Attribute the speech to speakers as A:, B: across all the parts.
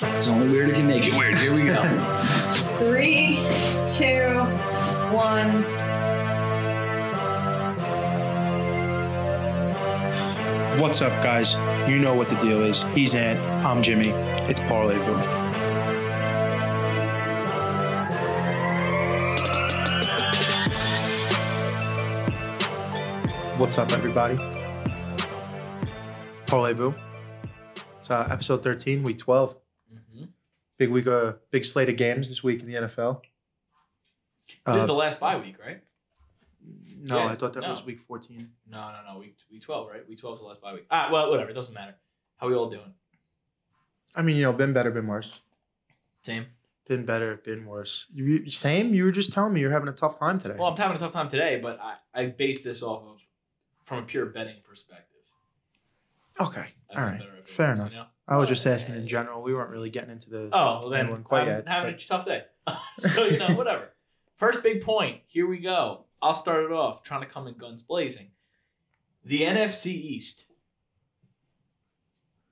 A: It's only weird if you make it weird. Here we go.
B: Three, two, one.
C: What's up, guys? You know what the deal is. He's Ant. I'm Jimmy. It's Parlayville. What's up, everybody? Parlayville. It's uh, episode 13, week 12. Big week, uh, big slate of games this week in the NFL.
D: this
C: Uh,
D: is the last bye week, right?
C: no,
D: yeah,
C: I thought that
D: no.
C: was week 14.
D: No, no, no. Week week twelve, right? Week twelve is the last bye week. Ah, well, whatever. It doesn't matter. How we all doing?
C: I mean, you know, been better, been worse.
D: Same.
C: Been better, been worse. You, same? You were just telling me you're having a tough time today.
D: Well, I'm having a tough time today, but I I base this off of from a pure betting perspective.
C: Okay.
D: I've
C: All
D: been
C: right.
D: better at
C: Fair
D: this,
C: enough.
D: you know?
C: I was just asking in general. We weren't really getting into the.
D: Oh, well
C: Anyone
D: then
C: quite
D: I'm
C: yet,
D: having
C: but-
D: a tough day. so you know, whatever. First big point. Here we go. I'll start it off trying to come in guns blazing. The NFC East.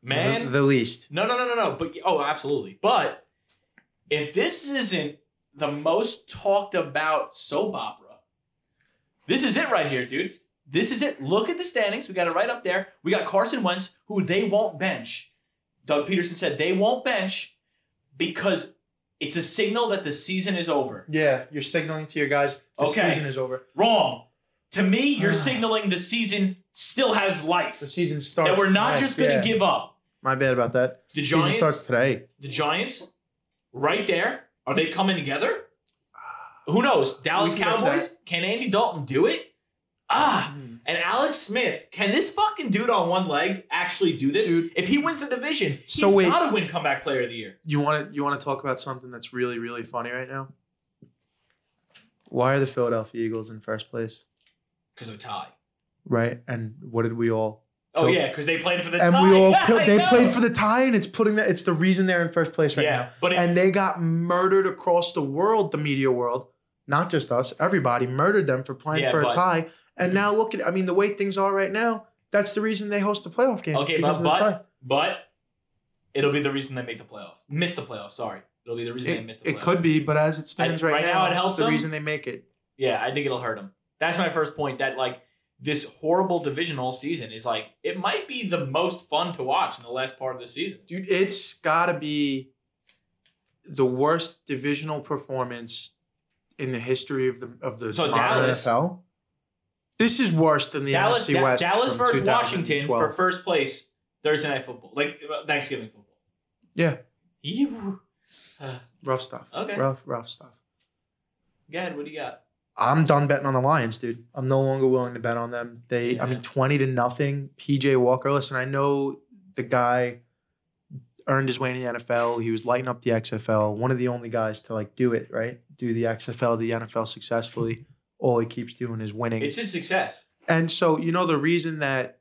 D: Man,
C: The, the least.
D: No, no, no, no, no. But oh, absolutely. But if this isn't the most talked about soap opera, this is it right here, dude. This is it. Look at the standings. We got it right up there. We got Carson Wentz, who they won't bench. Doug Peterson said they won't bench because it's a signal that the season is over.
C: Yeah, you're signaling to your guys. The
D: Okay.
C: season is over.
D: Wrong. To me, you're signaling the season still has
C: Ah. The
D: life.
C: season starts.
D: That we're not
C: tonight.
D: just going to
C: Yeah.
D: give up.
C: My bad about that.
D: The
C: Season
D: Giants
C: starts today.
D: the Giants, right there. Are they coming together? Who knows? Dallas
C: We can get to
D: Cowboys. Can Andy Dalton do it? Ah, and Alex Smith. Can this fucking dude on one leg actually do this?
C: Dude.
D: If he wins the division,
C: So
D: he's
C: wait.
D: got to win comeback player of the year.
C: You want to you want to talk about something that's really really funny right now? Why are the Philadelphia Eagles in first place?
D: Because of tie.
C: Right, and what did we all?
D: Oh
C: So-
D: yeah, because they played for the
C: And
D: tie.
C: we all
D: Yeah, I
C: they
D: know.
C: played for the tie, and it's putting that it's the reason they're in first place right now.
D: yeah, but it,
C: and they got murdered across the world, the media world, not just us, everybody murdered them for playing
D: Yeah,
C: for a
D: but-
C: tie. And now look at, I mean, the way things are right now, that's the reason they host a playoff game.
D: Okay,
C: because
D: but-
C: of the tie.
D: but it'll be the reason they make the playoffs. Miss the playoffs. Sorry, it'll be the reason they
C: it,
D: miss the playoffs.
C: it could be, but as it stands right,
D: right now, it helps
C: it's the
D: them.
C: reason they make it.
D: Yeah, I think it'll hurt him. That's my first point. That like this horrible division all season is like it might be the most fun to watch in the last part of the season.
C: Dude, it's got to be the worst divisional performance in the history of the of the
D: So
C: modern
D: Dallas-
C: NFL. This is worse than the
D: Dallas,
C: NFC
D: Da-
C: West.
D: Dallas
C: from
D: versus Washington
C: 2012.
D: for first place Thursday night football, like uh, Thanksgiving football.
C: Yeah.
D: You
C: rough stuff.
D: Okay.
C: Rough, rough stuff.
D: go ahead. What do you got?
C: I'm done betting on the Lions, dude. I'm no longer willing to bet on them. They, I mean,
D: Yeah.
C: 20 to nothing. PJ Walker. Listen, I know the guy earned his way in the NFL. He was lighting up the XFL. One of the only guys to like do it, right? Do the XFL, the NFL successfully. All he keeps doing is winning.
D: It's his success.
C: And so, you know, the reason that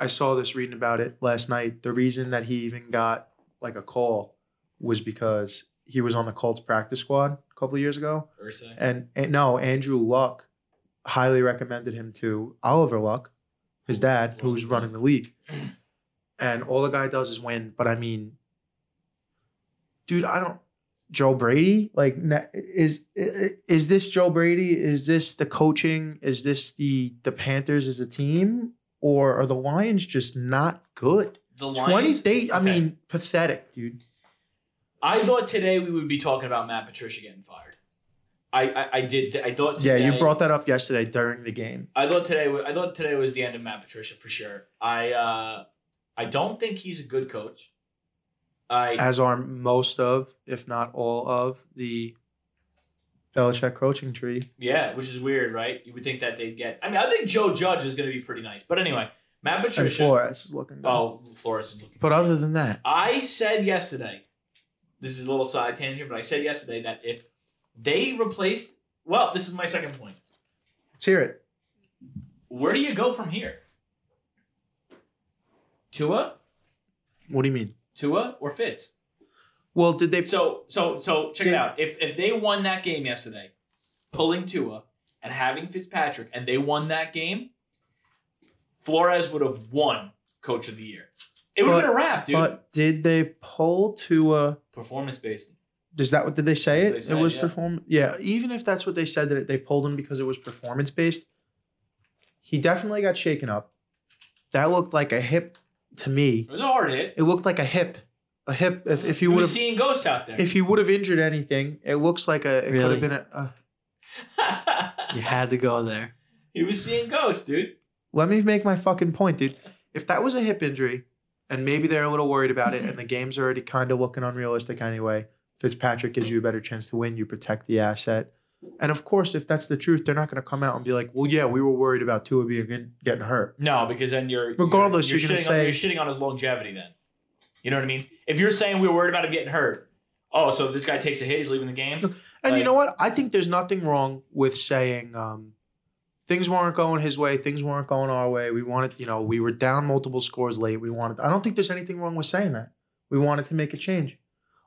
C: I saw this reading about it last night, the reason that he even got like a call was because he was on the Colts practice squad a couple of years ago.
D: Ursa.
C: And, and no, Andrew Luck highly recommended him to Oliver Luck, his dad, who's running the league. And all the guy does is win. But I mean, dude, I don't. Joe Brady, like, na- is is this Joe Brady? Is this the coaching? Is this the the Panthers as a team, or are the Lions just not good?
D: The
C: Twenty,
D: Lions.
C: they, I
D: Okay.
C: mean, pathetic, dude.
D: I thought today we would be talking about Matt Patricia getting fired. I I, I did. I thought.
C: Yeah,
D: Today,
C: you brought that up yesterday during the game.
D: I thought today was I thought today was the end of Matt Patricia for sure. I uh I don't think he's a good coach. I
C: as are most of, if not all of, the Belichick coaching tree.
D: yeah, which is weird, right? You would think that they'd get. I mean, I think Joe Judge is going to be pretty nice, but anyway, Matt
C: And
D: Patricia.
C: Flores is looking good.
D: Oh, Flores is looking.
C: But other than that,
D: I said yesterday. This is a little side tangent, but I said yesterday that if they replaced, well, this is my second point.
C: let's hear it.
D: Where do you go from here? Tua,
C: What do you mean?
D: Tua, or Fitz?
C: Well, did they?
D: So so so check
C: Did-
D: it out. If if they won that game yesterday, pulling Tua and having Fitzpatrick, and they won that game, Flores would have won Coach of the Year. It would have
C: But-
D: been a wrap, dude.
C: But did they pull to a?
D: Performance based.
C: Is that what did they
D: That's
C: say?
D: what
C: It
D: they said,
C: it was
D: yeah.
C: perform. Yeah, even if that's what they said that they pulled him because it was performance based, he definitely got shaken up. That looked like a hip to me.
D: It was a hard hit.
C: It looked like a hip, a hip. If if you
D: We
C: would
D: were
C: have
D: seeing ghosts out there.
C: if you would have injured anything, it looks like a. It could
E: Really?
C: have been a, a.
E: You had to go there.
D: he was seeing ghosts, dude.
C: Let me make my fucking point, dude. If that was a hip injury, and maybe they're a little worried about it, and the game's already kind of looking unrealistic anyway, Fitzpatrick gives you a better chance to win. You protect the asset, and of course, if that's the truth, they're not going to come out and be like, "Well, yeah, we were worried about Tua being getting hurt."
D: No, because then you're
C: Regardless,
D: You're,
C: you're
D: shitting
C: gonna
D: on,
C: say-
D: you're shitting on his longevity. Then, you know what I mean? If you're saying we were worried about him getting hurt, oh, so if this guy takes a hit, he's leaving the game.
C: And
D: Like-
C: you know what? I think there's nothing wrong with saying um, things weren't going his way, things weren't going our way. We wanted, you know, we were down multiple scores late. We wanted. I don't think there's anything wrong with saying that. We wanted to make a change,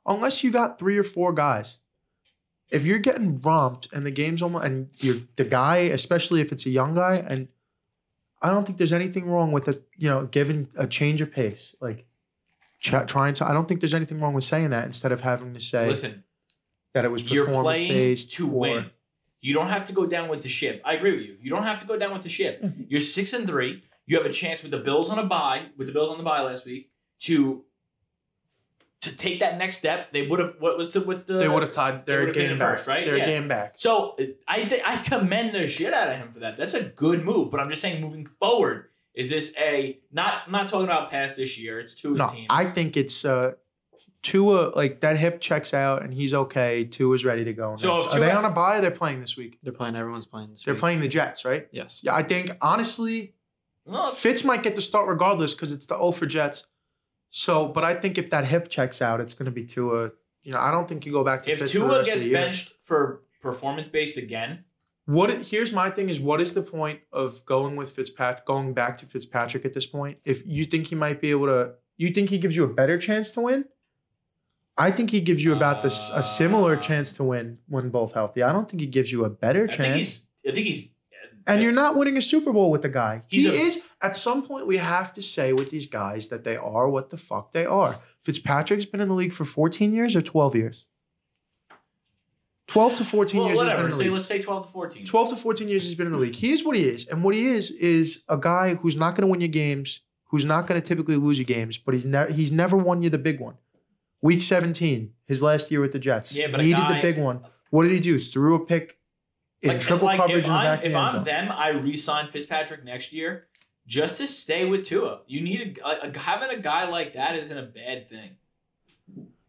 C: unless you got three or four guys. If you're getting romped and the game's almost and you're the guy, especially if it's a young guy, and I don't think there's anything wrong with a you know giving a change of pace, like ch- trying to. I don't think there's anything wrong with saying that instead of having to say
D: Listen,
C: that it was
D: you're
C: performance
D: playing
C: based
D: to win. You don't have to go down with the ship. I agree with you. You don't have to go down with the ship.
C: Mm-hmm.
D: You're six and three. You have a chance with the Bills on a bye, with the Bills on the bye last week, to to take that next step. They would have. What was the what's the?
C: They would have tied
D: would
C: their
D: have been in
C: game back.
D: first, right?
C: Their
D: Yeah.
C: game back.
D: So uh, I th- I commend the shit out of him for that. That's a good move. But I'm just saying, moving forward, is this a not? I'm not talking about past this year. It's Tua's
C: No,
D: team.
C: I think it's uh, Tua. Like that hip checks out and he's okay. Tua's ready to go. Next.
D: So if
C: Are they
D: Tua-
C: on a bye? They're playing this week.
E: They're playing. Everyone's playing. This
C: They're
E: week.
C: playing the Jets, right?
E: Yes.
C: Yeah, I think honestly,
D: no, it's-
C: Fitz might get the start regardless because it's the O for Jets. So, but I think if that hip checks out, it's going to be Tua. You know, I don't think you go back to
D: if
C: Fitz for the
D: Tua
C: rest of
D: gets
C: the year.
D: benched for performance based again,
C: What here's my thing is what is the point of going with Fitzpatrick going back to Fitzpatrick at this point? If you think he might be able to you think he gives you a better chance to win? I think he gives you about this a similar
D: Uh,
C: chance to win when both healthy. I don't think he gives you a better
D: I think
C: chance.
D: he's. I think he's.
C: And you're not winning a Super Bowl with the guy.
D: He's
C: he
D: a-
C: is at some point we have to say with these guys that they are what the fuck they are. Fitzpatrick's been in the league for 14 years or 12 years? 12 to 14
D: Well,
C: years he's been
D: whatever.
C: in the
D: Say,
C: league.
D: let's say 12 to 14.
C: 12 to 14 years he's been in the league. He is what he is. And what he is is a guy who's not going to win your games, who's not going to typically lose your games, but he's never he's never won you the big one. Week 17, his last year with the Jets.
D: Yeah, but a
C: needed
D: guy-
C: the big one. What did he do? Threw a pick in
D: Like,
C: triple
D: like,
C: coverage
D: If
C: in the
D: I'm,
C: back of
D: if
C: the end
D: I'm
C: zone.
D: them, I re-sign Fitzpatrick next year just to stay with Tua. You need a, a, having a guy like that isn't a bad thing.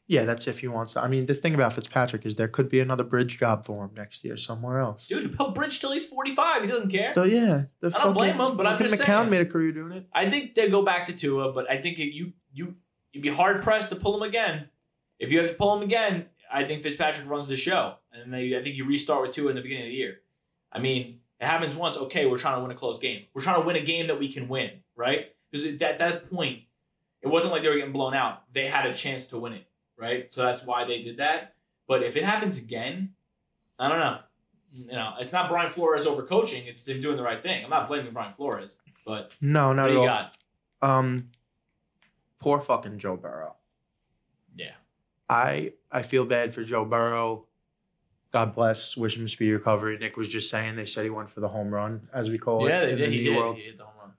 C: Yeah, that's if he wants to. I mean, the thing about Fitzpatrick is there could be another bridge job for him next year somewhere else.
D: Dude, he'll bridge till he's 45. He doesn't care.
C: So yeah, the I
D: don't blame him, but I'm just
C: McCown
D: saying.
C: made a career doing it.
D: I think they go back to Tua, but I think you you you'd be hard pressed to pull him again. If you have to pull him again, I think Fitzpatrick runs the show, and then you- I think you restart with Tua in the beginning of the year. I mean, it happens once. Okay, we're trying to win a close game. We're trying to win a game that we can win, right? Because at that that point, it wasn't like they were getting blown out. They had a chance to win it, right? So that's why they did that. But if it happens again, I don't know. You know, it's not Brian Flores overcoaching. It's them doing the right thing. I'm not blaming Brian Flores, but
C: No, not
D: what do
C: at
D: you
C: all.
D: got?
C: Um, poor fucking Joe Burrow.
D: Yeah.
C: I I feel bad for Joe Burrow. God bless. Wish him speedy recovery. Nick was just saying they said he went for the home run, as we call
D: yeah,
C: it
D: they
C: in
D: did.
C: the
D: He
C: knee
D: did.
C: world.
D: He hit the home run.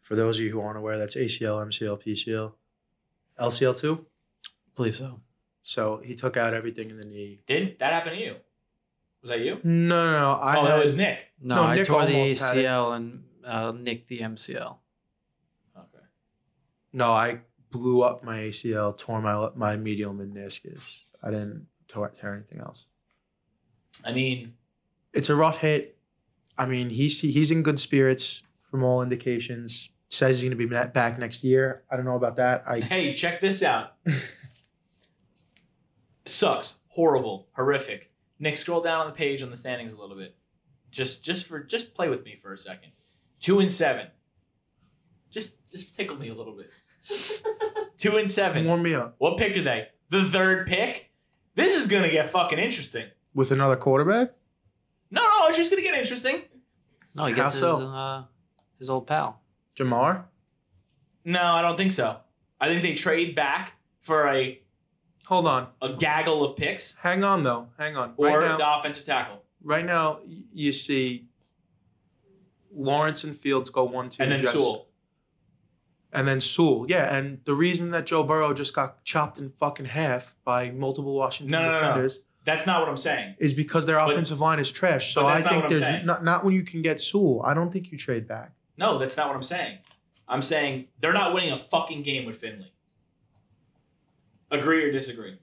C: For those of you who aren't aware, that's ACL, MCL, PCL, LCL two.
E: believe so.
C: So he took out everything in the knee.
D: Did that happen to you? Was that you?
C: No, no, no. I
D: oh, that
C: had-
D: was Nick.
E: No,
C: No,
E: I
C: Nick
E: tore the
C: almost had it.
E: ACL and uh, Nick the MCL.
D: Okay.
C: no. I blew up my ACL, tore my my medial meniscus. I didn't tear, tear anything else.
D: I mean,
C: it's a rough hit. I mean, he's he's in good spirits from all indications. Says he's going to be ma- back next year. I don't know about that. I
D: hey, check this out. Sucks. Horrible. Horrific. Nick, scroll down on the page on the standings a little bit. Just, just for, just play with me for a second. Two and seven. Just, just tickle me a little bit. Two and seven.
C: warm me up
D: What pick are they? The third pick. This is gonna get fucking interesting.
C: with another quarterback.
D: No, no, it's just gonna get interesting.
E: No, he
C: How
E: gets his
C: so?
E: uh, his old pal.
C: Jamar.
D: No, I don't think so. I think they trade back for a,
C: Hold on.
D: a gaggle of picks
C: Hang on though. Hang on.
D: or
C: right now,
D: the offensive tackle.
C: right now, y- you see Lawrence and Fields go one two,
D: And then
C: Jets.
D: Sewell.
C: and then Sewell. Yeah, and the reason that Joe Burrow just got chopped in fucking half by multiple Washington
D: No, no, no, no.
C: defenders
D: That's not what I'm saying.
C: is because their
D: But-
C: offensive line is trash. So
D: but
C: I
D: that's not
C: think
D: what I'm
C: there's
D: saying.
C: not not when you can get Sewell. I don't think you trade back.
D: No, that's not what I'm saying. I'm saying they're not winning a fucking game with Finley. Agree or disagree?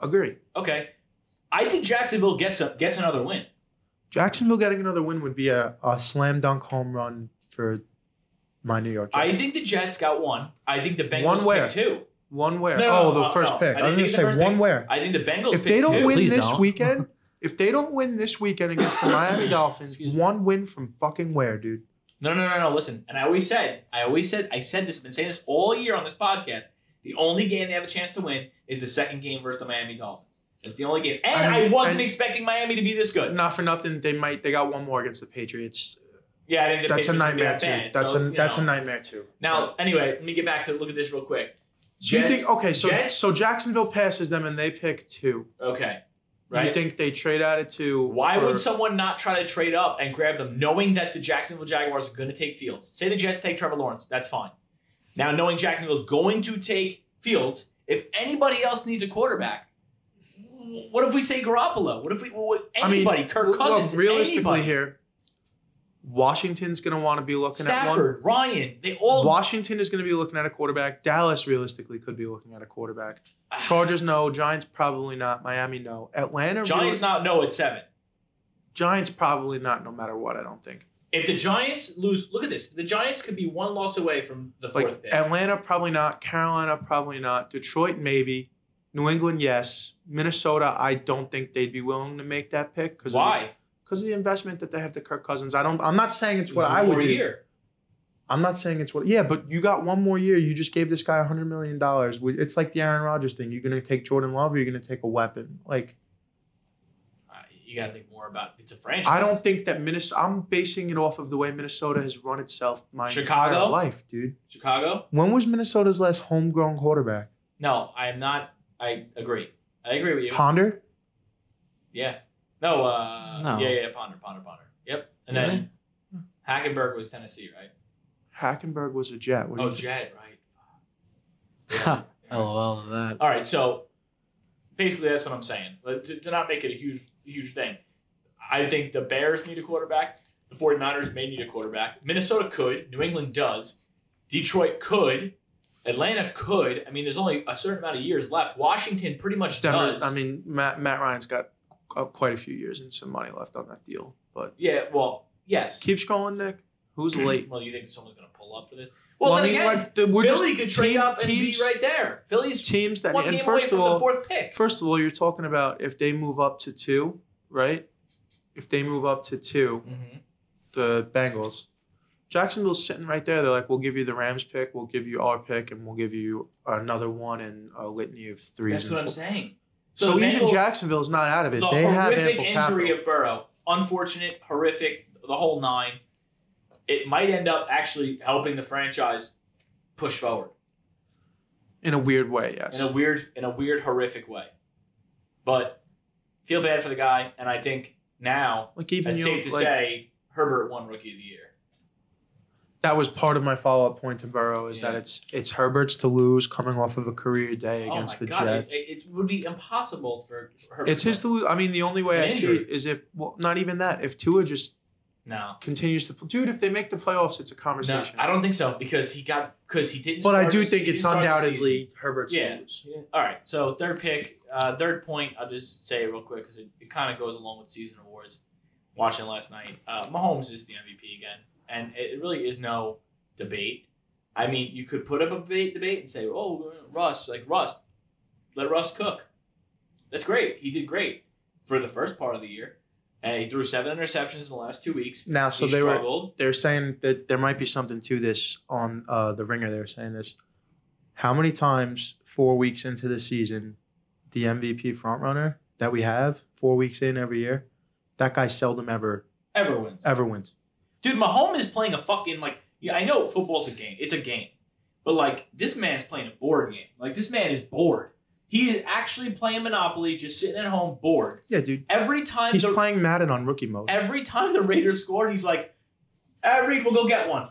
C: Agree.
D: Okay. I think Jacksonville gets a, gets another win.
C: Jacksonville getting another win would be a, a slam dunk home run for my New York.
D: I
C: Jets.
D: think the Jets got one. I think the Bengals
C: One where?
D: picked two.
C: one where?
D: No, no,
C: oh,
D: no,
C: the
D: uh,
C: first
D: no.
C: pick.
D: I
C: I,
D: didn't
C: was gonna
D: think
C: say
D: it's the first
C: one
D: pick.
C: where.
D: I think the Bengals
C: if
D: picked
C: they don't
D: two.
C: win
E: Please
C: this
E: don't.
C: weekend, if they don't win this weekend against the Miami Dolphins,
E: Excuse me.
C: one win from fucking where, dude?
D: No, no, no, no. Listen, and I always said, I always said, I said this, I've been saying this all year on this podcast. The only game they have a chance to win is the second game versus the Miami Dolphins. It's the only game, and I,
C: I-
D: wasn't
C: I-
D: expecting Miami to be this good.
C: Not for nothing, they might they got one more against the Patriots.
D: Yeah, I think the
C: That's
D: Patriots would
C: a
D: be
C: nightmare
D: that
C: too.
D: bad,
C: that's
D: so,
C: a
D: you
C: that's
D: know.
C: a nightmare too.
D: Now, anyway, let me get back to look at this real quick.
C: Do you
D: Jets-
C: think oh. okay? So
D: Jets-
C: so Jacksonville passes them and they pick two.
D: Okay,
C: You
D: right?
C: think oh, they trade out of two?
D: Why
C: for-
D: would someone not try to trade up and grab them, knowing that the Jacksonville Jaguars are going to take Fields? Say the Jets take Trevor Lawrence, that's fine. Now, knowing Jacksonville's going to take Fields, if anybody else needs a quarterback, wh- what if we say Garoppolo? What if we what,
C: I mean,
D: anybody? Kirk
C: look,
D: Cousins,
C: realistically,
D: anybody,
C: here, Washington's going to want to be looking at one.
D: Stafford, Ryan, they all.
C: Washington is going to be looking at a quarterback. Dallas realistically could be looking at a quarterback.
D: Ah,
C: Chargers, no. Giants, probably not. Miami, no. Atlanta,
D: Giants
C: really-
D: not no at seven.
C: Giants, probably not. No matter what, I don't think.
D: If the Giants lose, look at this. The Giants could be one loss away from the fourth
C: Like
D: pick.
C: Atlanta, probably not. Carolina, probably not. Detroit, maybe. New England, yes. Minnesota, I don't think they'd be willing to make that pick because
D: Why?
C: Because of the investment that they have to Kirk Cousins. I don't. I'm not saying it's what I would
D: More
C: do.
D: year.
C: I'm not saying it's what. Yeah, but you got one more year. You just gave this guy hundred million dollars. It's like the Aaron Rodgers thing. You're gonna take Jordan Love, or you're gonna take a weapon. Like
D: Uh, you got to think more about it's a franchise.
C: I don't think that Minnesota. I'm basing it off of the way Minnesota has run itself my
D: Chicago?
C: entire life, dude.
D: Chicago.
C: When was Minnesota's last homegrown quarterback?
D: No, I am not. I agree. I agree with you.
C: Ponder.
D: yeah. No. Uh,
E: No.
D: Yeah. Yeah. Ponder. Ponder. Ponder. Yep. And then Hackenberg was Tennessee, right?
C: Hackenberg was a Jet. What do
D: Oh,
C: you think? Oh,
D: Jet, right?
E: Ha, LOL to that.
D: All right. So basically, that's what I'm saying. But to, to not make it a huge, huge thing, I think the Bears need a quarterback. The 49ers may need a quarterback. Minnesota could. New England does. Detroit could. Atlanta could. I mean, there's only a certain amount of years left. Washington pretty much
C: Denver.
D: does.
C: I mean, Matt Matt Ryan's got uh, quite a few years and some money left on that deal. But
D: yeah. Well, yes.
C: keep scrolling, Nick. Who's late?
D: Well, you think someone's going to pull up for this? Well,
C: I
D: then
C: mean,
D: again,
C: like, the- we're
D: Philly
C: just
D: could trade
C: team-
D: up and
C: teams-
D: be right there. Philly's
C: teams that
D: one
C: and
D: game
C: first
D: away from
C: of all,
D: the fourth pick.
C: First of all, you're talking about if they move up to two, right? If they move up to two,
D: Mm-hmm.
C: the Bengals, Jacksonville's sitting right there. They're like, we'll give you the Rams pick, we'll give you our pick, and we'll give you another one and a litany of threes.
D: That's
C: and
D: what I'm
C: four-
D: saying.
C: So,
D: the
C: even
D: Bengals-
C: Jacksonville's not out of it.
D: the
C: they have
D: horrific
C: ample
D: injury
C: capital.
D: of Burrow, unfortunate, horrific, the whole nine. It might end up actually helping the franchise push forward
C: in a weird way. Yes.
D: in a weird, in a weird, horrific way. But feel bad for the guy, and I think now
C: like even
D: it's
C: you,
D: safe to
C: like,
D: say Herbert won Rookie of the Year.
C: that was part of my follow up point to Burrow is that
D: Yeah.
C: it's it's Herbert's to lose coming off of a career day against
D: oh my
C: the
D: God,
C: Jets.
D: It, it, it would be impossible for Herbert.
C: It's his to lose. I mean, the only way
D: An
C: I see
D: injury.
C: it is if, well, not even that. If Tua just
D: No,
C: continues to, dude, if they make the playoffs, it's a
D: no,
C: conversation.
D: I don't think so because he got because he didn't.
C: but I
D: start
C: do
D: this-
C: think
D: he
C: it's
D: didn't start the season.
C: undoubtedly Herbert's
D: Yeah.
C: lose.
D: Yeah. All right. So third pick, uh, third point. I'll just say real quick because it, it kind of goes along with season awards. Watching last night, uh, Mahomes is the MVP again, and it it really is no debate. I mean, you could put up a debate, debate and say, "Oh, Russ, like Russ, let Russ cook." That's great. He did great for the first part of the year, and he threw seven interceptions in the last two weeks.
C: Now, so
D: he
C: they were
D: struggled.
C: they're saying that there might be something to this on uh, the Ringer. They were saying this. How many times four weeks into the season, the MVP frontrunner that we have four weeks in every year, that guy seldom ever
D: Ever wins.
C: ever wins.
D: Dude, Mahomes is playing a fucking like. Yeah, I know football's a game. It's a game, But like this man's playing a board game. Like this man is bored. He is actually playing Monopoly, just sitting at home bored.
C: Yeah, dude.
D: Every time
C: He's
D: the
C: playing Madden on rookie mode.
D: every time the Raiders scored, he's like, "Ah, Reed, we'll go get one."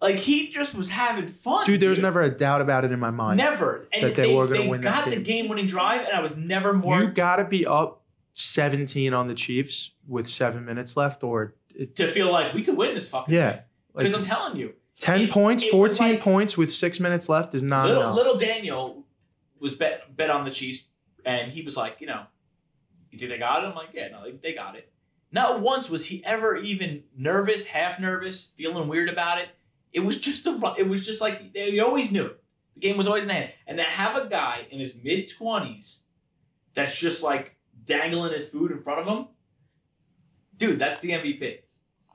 D: Like he just was having fun.
C: Dude, there was never a doubt about it in my mind.
D: never and
C: that
D: they,
C: they were gonna
D: they
C: win
D: got
C: that
D: the
C: game.
D: game-winning drive, and I was never more
C: You gotta be up 17 on the Chiefs with seven minutes left, or it,
D: to feel like we could win this fucking.
C: yeah, like
D: because I'm telling you,
C: 10
D: it-
C: points,
D: it
C: 14
D: was like-
C: points with six minutes left is not
D: little
C: enough.
D: little Daniel was bet bet on the Chiefs, and he was like, you know, you think they got it? I'm like, yeah, no, they, they got it. Not once was he ever even nervous, half nervous, feeling weird about it. It was just the run. It was just like they always knew it. The game was always in the hand, and to have a guy in his mid twenties that's just like dangling his food in front of him, dude, that's the MVP.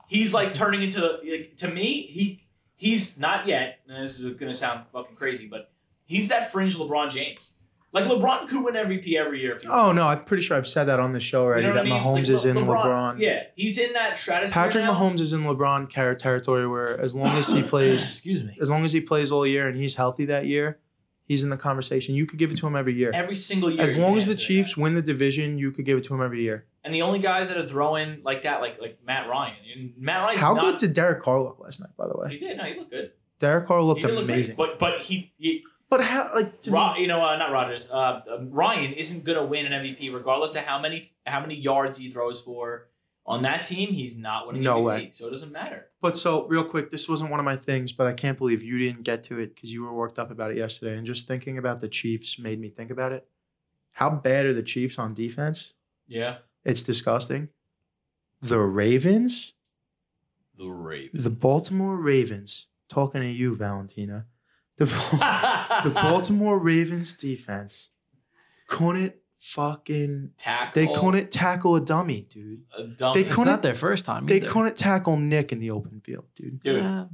D: He's like turning into like, to me. He he's not yet. And this is gonna sound fucking crazy, but he's that fringe LeBron James. Like LeBron could win MVP every year if he
C: oh, no, I'm pretty sure I've said that on the show already
D: you know
C: that
D: what I mean? Like,
C: Mahomes is
D: Le-
C: in LeBron.
D: Yeah, he's in that stratosphere.
C: Patrick
D: now.
C: Mahomes is in LeBron care- territory where as long as he plays,
E: Excuse me.
C: as long as he plays all year and he's healthy that year, he's in the conversation. You could give it to him every year.
D: every single year.
C: as
D: you
C: long
D: can
C: as the
D: have that
C: Chiefs
D: guy.
C: win the division, you could give it to him every year.
D: and the only guys that are throwing like that, like like Matt Ryan. And Matt Ryan.
C: How
D: not,
C: good did Derek Carr look last night, by the way?
D: he did? No, he looked good.
C: Derek Carr
D: he
C: looked
D: did look great.
C: amazing.
D: but but he, he
C: But how, like, to
D: Ro- you know, uh, not Rodgers. Uh, um, Ryan isn't gonna win an MVP regardless of how many how many yards he throws for. On that team, he's not winning
C: No
D: MVP,
C: way.
D: so it doesn't matter.
C: But so real quick, this wasn't one of my things, but I can't believe you didn't get to it because you were worked up about it yesterday. And just thinking about the Chiefs made me think about it. How bad are the Chiefs on defense?
D: Yeah,
C: It's disgusting. The Ravens,
A: The rape.
C: the Baltimore Ravens, talking to you, Valentina. The, Bal- the
D: the
C: Baltimore Ravens defense couldn't fucking
D: tackle.
C: they couldn't tackle a dummy, dude.
D: a dumb-
C: they
E: It's
C: couldn't-
E: not their first time.
C: They
E: either.
C: couldn't tackle Nick in the open field, dude.
D: dude,
E: Uh,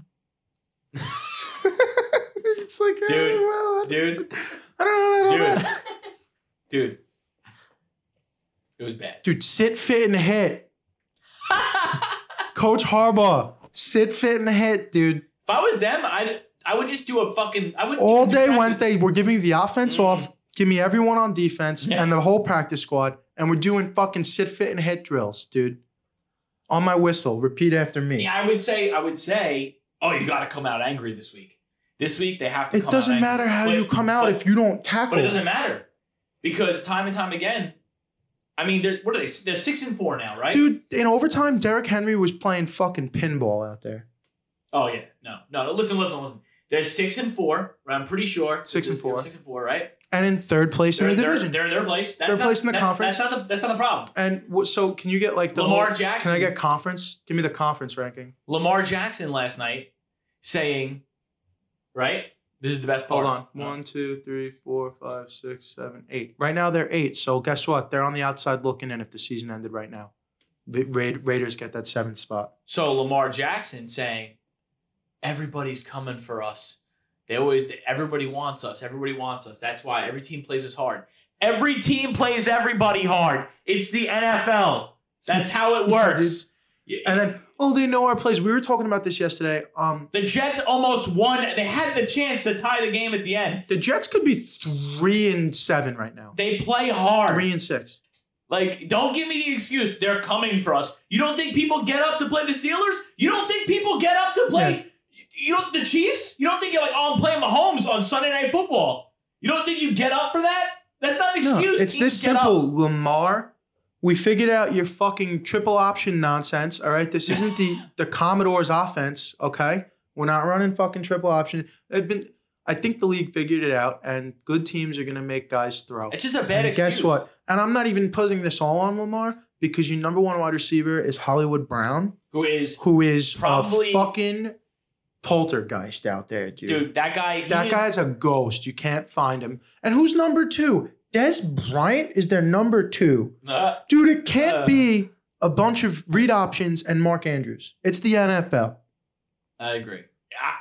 C: it's like, hey,
D: Dude.
C: well, I-
D: dude,
C: I don't know about all
D: dude,
C: that.
D: dude. It was bad.
C: Dude, sit fit and hit. Coach Harbaugh, sit fit and hit, dude.
D: If I was them, I'd I would just do a fucking I would
C: All day
D: practice-
C: Wednesday, we're giving the offense
D: Mhm.
C: off. Give me everyone on defense
D: Yeah.
C: and the whole practice squad, and we're doing fucking sit fit and hit drills, dude. On my whistle, repeat after me.
D: Yeah, I would say I would say, oh, you got to come out angry this week. This week they have to.
C: It
D: come
C: doesn't
D: out
C: matter how you come out if you don't
D: But it
C: tackle.
D: doesn't matter because time and time again, I mean, they're what are they? They're six and four now, right?
C: Dude, in overtime, Derrick Henry was playing fucking pinball out there.
D: Oh yeah, no, no, no. Listen, listen, listen. They're six and four. right? I'm pretty sure
C: Six and
D: They were
C: four.
D: Six and four, right?
C: And in third place
D: They're,
C: in the
D: they're,
C: division.
D: they're in their place. That's
C: They're
D: not,
C: placed in the
D: that's-
C: conference.
D: That's not the, that's not the problem.
C: And wh- so, can you get like the
D: Lamar
C: whole-
D: Jackson.
C: Can I get conference? Give me the conference ranking.
D: Lamar Jackson last night saying, right? This is the best part.
C: Hold on.
D: No.
C: One, two, three, four, five, six, seven, eight. Right now they're eight. So guess what? They're on the outside looking in if the season ended right now. The Ra- Raiders get that seventh spot.
D: So Lamar Jackson saying, "Everybody's coming for us. They always, everybody wants us. Everybody wants us. That's why every team plays us hard. Every team plays everybody hard. It's the NFL. That's how it works."
C: And then, oh, they know our plays. We were talking about this yesterday. Um,
D: The Jets almost won. They had the chance to tie the game at the end.
C: the Jets could be three and seven right now.
D: They play hard.
C: Three and six.
D: Like, don't give me the excuse. They're coming for us. You don't think people get up to play the Steelers? You don't think people get up to play you- you don't, the Chiefs? You don't think you're like, oh, I'm playing Mahomes on Sunday Night Football? You don't think you get up for that? That's not an
C: No,
D: excuse.
C: it's
D: Teams
C: this
D: get up.
C: simple, Lamar. We figured out your fucking triple option nonsense. All right, this isn't the the Commodores' offense. Okay, we're not running fucking triple option. They've been. I think the league figured it out, and good teams are gonna make guys throw.
D: It's just a bad
C: And
D: excuse.
C: guess what? And I'm not even putting this all on Lamar because your number one wide receiver is Hollywood Brown,
D: Who is,
C: who is
D: Probably-
C: a fucking poltergeist out there,
D: dude, that guy. he
C: that
D: is-
C: guy's a ghost. You can't find him. And who's number two? Des Bryant is their number two.
D: Uh,
C: Dude, it can't
D: Uh.
C: be a bunch of read options and Mark Andrews. It's the NFL.
D: I agree. I,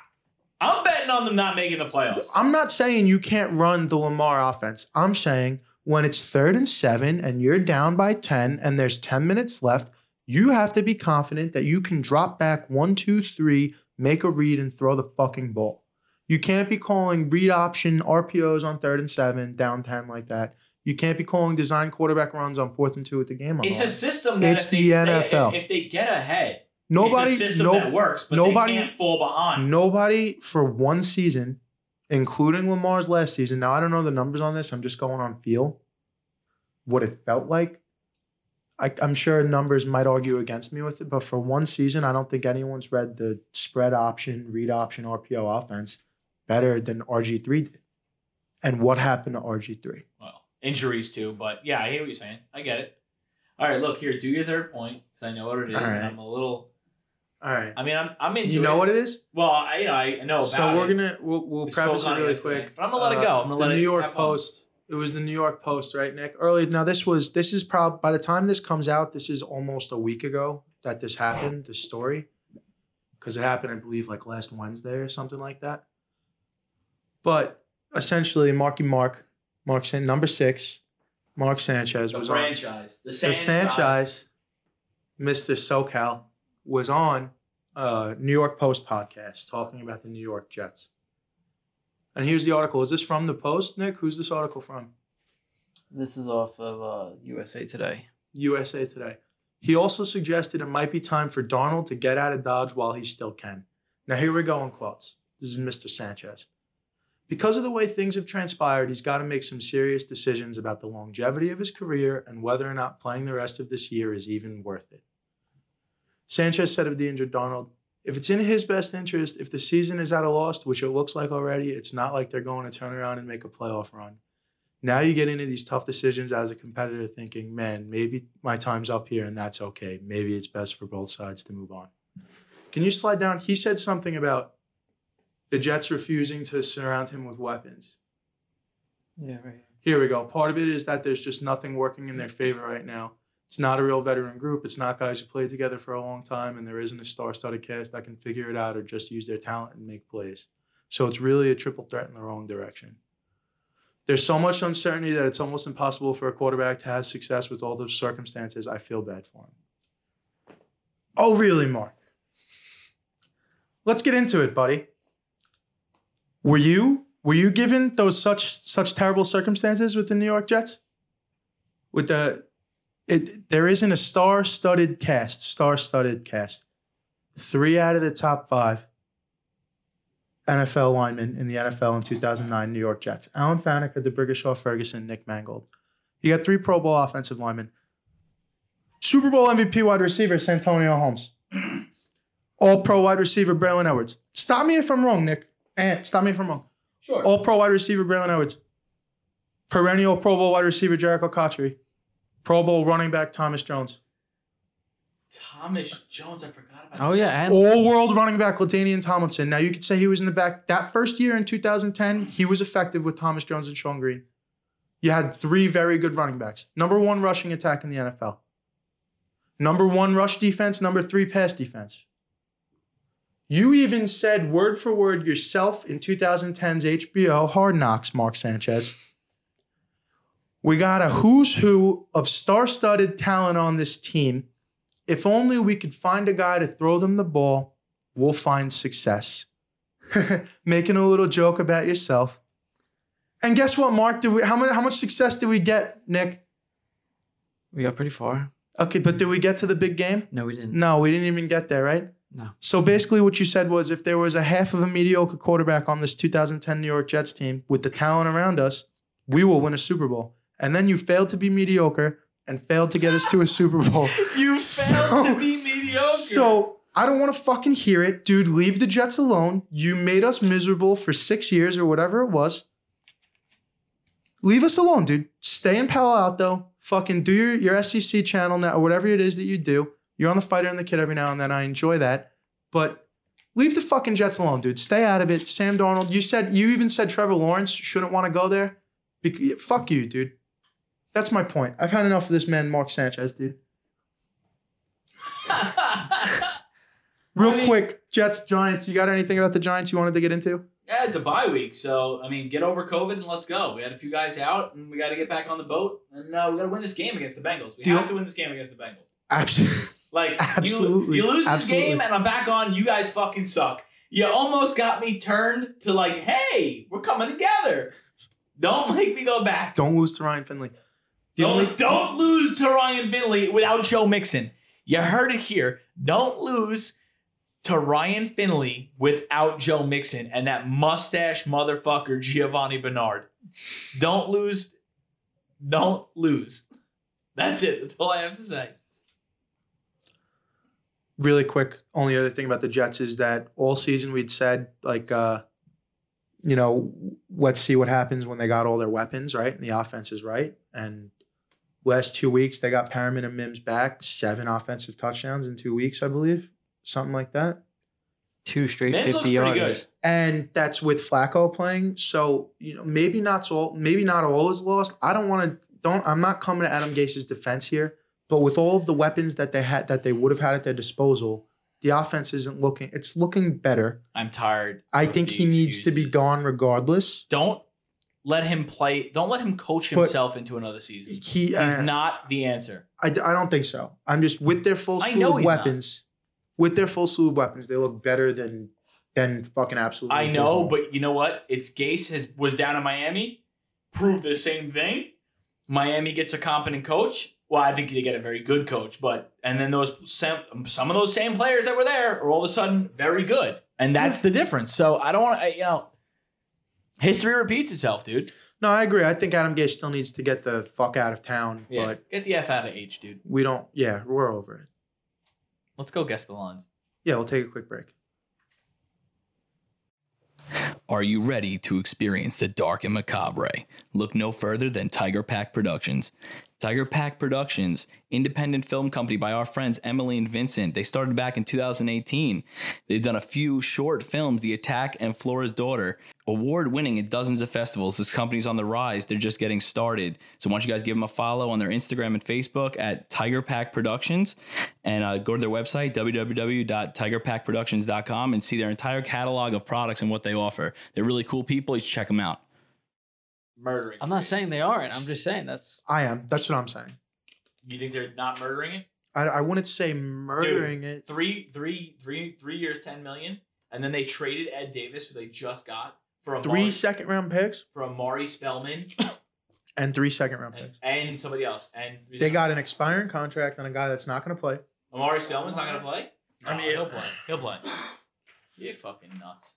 D: I'm betting on them not making the playoffs.
C: I'm not saying you can't run the Lamar offense. I'm saying when it's third and seven and you're down by 10 and there's 10 minutes left, you have to be confident that you can drop back one, two, three, make a read, and throw the fucking ball. You can't be calling read option RPOs on third and seven, down 10 like that. You can't be calling design quarterback runs on fourth and two with the game on.
D: It's
C: the
D: a
C: line.
D: system that
C: It's
D: if they
C: the
D: stay-
C: NFL.
D: If, if they get ahead,
C: nobody,
D: it's a system
C: no-
D: that works, but
C: nobody-
D: they can't fall behind.
C: nobody for one season, including Lamar's last season. Now I don't know the numbers on this. I'm just going on feel. What it felt like. I, I'm sure numbers might argue against me with it, but for one season, I don't think anyone's read the spread option, read option, RPO offense better than RG3 did. And what happened to RG3?
D: Well, injuries too, but yeah, I hear what you're saying. I get it. All right, look here. Do your third point because I know what it is,
C: All
D: and
C: right.
D: I'm a little.
C: All right.
D: I mean, I'm I'm into
C: You know
D: it.
C: what it is?
D: Well, I you know I know about
C: so we're
D: it.
C: gonna we'll, we'll
D: We spoke
C: preface it
D: on
C: really
D: yesterday,
C: quick. Uh,
D: but I'm gonna let it go. I'm gonna
C: the
D: let
C: New
D: it
C: York
D: have fun.
C: Post. It was the New York Post, right, Nick? Early. Now this was this is prob by the time this comes out, this is almost a week ago that this happened. This story, because it happened, I believe, like last Wednesday or something like that. But essentially, Marky Mark, Mark San, number six, Mark Sanchez
D: The
C: was on
D: franchise, the
C: the
D: Sanchez,
C: Sanchez, Mr. SoCal, was on uh, New York Post podcast talking about the New York Jets. And here's the article. Is this from the Post, Nick? Who's this article from?
E: This is off of uh, USA Today.
C: USA Today. He also suggested it might be time for Darnold to get out of Dodge while he still can. Now, here we go in quotes. This is Mr. Sanchez. Because of the way things have transpired, he's got to make some serious decisions about the longevity of his career and whether or not playing the rest of this year is even worth it. Sanchez said of the injured Darnold, if it's in his best interest, if the season is at a loss, which it looks like already, it's not like they're going to turn around and make a playoff run. Now you get into these tough decisions as a competitor thinking, man, maybe my time's up here and that's okay. Maybe it's best for both sides to move on. Can you slide down? He said something about the Jets refusing to surround him with weapons.
E: Yeah, right.
C: Here we go. Part of it is that there's just nothing working in their favor right now. It's not a real veteran group. It's not guys who played together for a long time, and there isn't a star studded cast that can figure it out or just use their talent and make plays. So it's really a triple threat in the wrong direction. There's so much uncertainty that it's almost impossible for a quarterback to have success with all those circumstances. I feel bad for him. Oh, really, Mark? Let's get into it, buddy. Were you were you given those such such terrible circumstances with the New York Jets? With the it there isn't a star-studded cast, star-studded cast. Three out of the top five NFL linemen in the NFL in 2009 New York Jets. Alan Faneca, DeBrigashaw Ferguson, Nick Mangold. You got three Pro Bowl offensive linemen. Super Bowl MVP wide receiver Santonio Holmes. All pro wide receiver Braylon Edwards. Stop me if I'm wrong, Nick. Eh, stop me if I'm wrong.
D: Sure.
C: All pro wide receiver Braylon Edwards. Perennial Pro Bowl wide receiver Jericho Cotchery. Pro Bowl running back Thomas Jones.
D: Thomas Jones, I forgot about.
E: Oh yeah, and
C: All world running back Ladanian Tomlinson. Now you could say he was in the back that first year in 2010. He was effective with Thomas Jones and Sean Green. You had three very good running backs. Number one rushing attack in the NFL. Number one rush defense. Number three pass defense. You even said word for word yourself in 2010's HBO Hard Knocks, Mark Sanchez. We got a who's who of star studded talent on this team if only we could find a guy to throw them the ball, we'll find success. Making a little joke about yourself. And guess what, Mark? Did we, how, many, how much success did we get, Nick?
E: we got pretty far.
C: Okay, but did we get to the big game?
E: No, we didn't.
C: No, we didn't even get there, right?
E: No.
C: So basically, what you said was if there was a half of a mediocre quarterback on this 2010 New York Jets team with the talent around us, we will win a Super Bowl. And then you failed to be mediocre and failed to get us to a Super Bowl.
D: You failed
C: So-
D: to be mediocre.
C: So I don't want to fucking hear it, dude. Leave the Jets alone. You made us miserable for six years or whatever it was. Leave us alone, dude. Stay in Palo Alto. Fucking do your your SEC channel now or whatever it is that you do. You're on the fighter and the kid every now and then. I enjoy that, but leave the fucking Jets alone, dude. Stay out of it. Sam Darnold. You said you even said Trevor Lawrence shouldn't want to go there. Bec- fuck you, dude. That's my point. I've had enough of this man, Mark Sanchez, dude. Real
D: I mean-
C: quick, Jets, Giants. You got anything about the Giants you wanted to get into?
D: yeah, it's a bye week, so I mean, get over COVID and let's go. We had a few guys out, and we got to get back on the boat, and uh, we got to win this game against the Bengals. We
C: Do you-
D: have to win this game against the Bengals.
C: Absolutely.
D: Like you,
C: Absolutely.
D: you lose this
C: Absolutely.
D: game, and I'm back on. You guys fucking suck. You almost got me turned to like, hey, we're coming together. Don't make me go back.
C: Don't lose to Ryan Finley. The
D: Don't,
C: only
D: don't lose to Ryan Finley without Joe Mixon. You heard it here. Don't lose to Ryan Finley without Joe Mixon and that mustache motherfucker Giovanni Bernard. Don't lose. Don't lose. That's it. That's all I have to say.
C: really quick, only other thing about the Jets is that all season we'd said like, uh, you know, let's see what happens when they got all their weapons right and the offense is right. And last two weeks they got Perriman and Mims back, seven offensive touchdowns in two weeks, I believe, something like that.
E: Two straight
D: Mims looks
E: fifty
D: pretty
E: yards.
D: good.
C: and that's with Flacco playing. So you know, maybe not all, maybe not all is lost. I don't want to. Don't. I'm not coming to Adam Gase's defense here, but with all of the weapons that they had, that they would have had at their disposal, the offense isn't looking. It's looking better.
D: I'm tired.
C: I
D: of
C: think
D: the
C: he needs to be
D: excuses.
C: gone regardless.
D: Don't let him play. Don't let him coach
C: But-
D: himself into another season.
C: He. uh,
D: He's not the answer.
C: I, I don't think so. I'm just with their full
D: I
C: slew
D: know
C: of
D: he's not.
C: weapons. With their full slew of weapons, they look better than than fucking absolutely.
D: I know,
C: abysmal.
D: but you know what? It's Gase has was down in Miami, proved the same thing. Miami gets a competent coach. Well, I think they get a very good coach, but and then those some, some of those same players that were there are all of a sudden very good, and that's the difference. So I don't want to, you know, history repeats itself, dude.
C: no, I agree. I think Adam Gase still needs to get the fuck out of town,
D: Yeah,
C: but
D: get the f out of H, dude.
C: we don't. Yeah, we're over it.
D: Let's go guess the lines.
C: Yeah, we'll take a quick break.
F: Are you ready to experience the dark and macabre? Look no further than Tiger Pack Productions. Tiger Pack Productions, independent film company by our friends Emily and Vincent. They started back in 2018. They've done a few short films, The Attack and Flora's Daughter. Award winning at dozens of festivals. This company's on the rise. They're just getting started. So why don't you guys give them a follow on their Instagram and Facebook at Tiger Pack Productions and uh, go to their website www.tigerpackproductions.com and see their entire catalog of products and what they offer. They're really cool people. You should check them out.
D: Murdering.
E: I'm not saying they aren't. I'm just saying that's
C: I am. That's what I'm saying.
D: You think they're not murdering it?
C: I, I wouldn't say murdering it.
D: Three, three, three, three years, ten million, and then they traded Ed Davis, who they just got for a
C: Three
D: Mari-
C: second round picks
D: for Amari Spellman.
C: and three second round
D: and,
C: picks.
D: and somebody else. And
C: They got an expiring contract on a guy that's not going to play.
D: Amari Spellman's not gonna play.
C: I
D: No,
C: mean-
D: he'll play. He'll play. You're fucking nuts.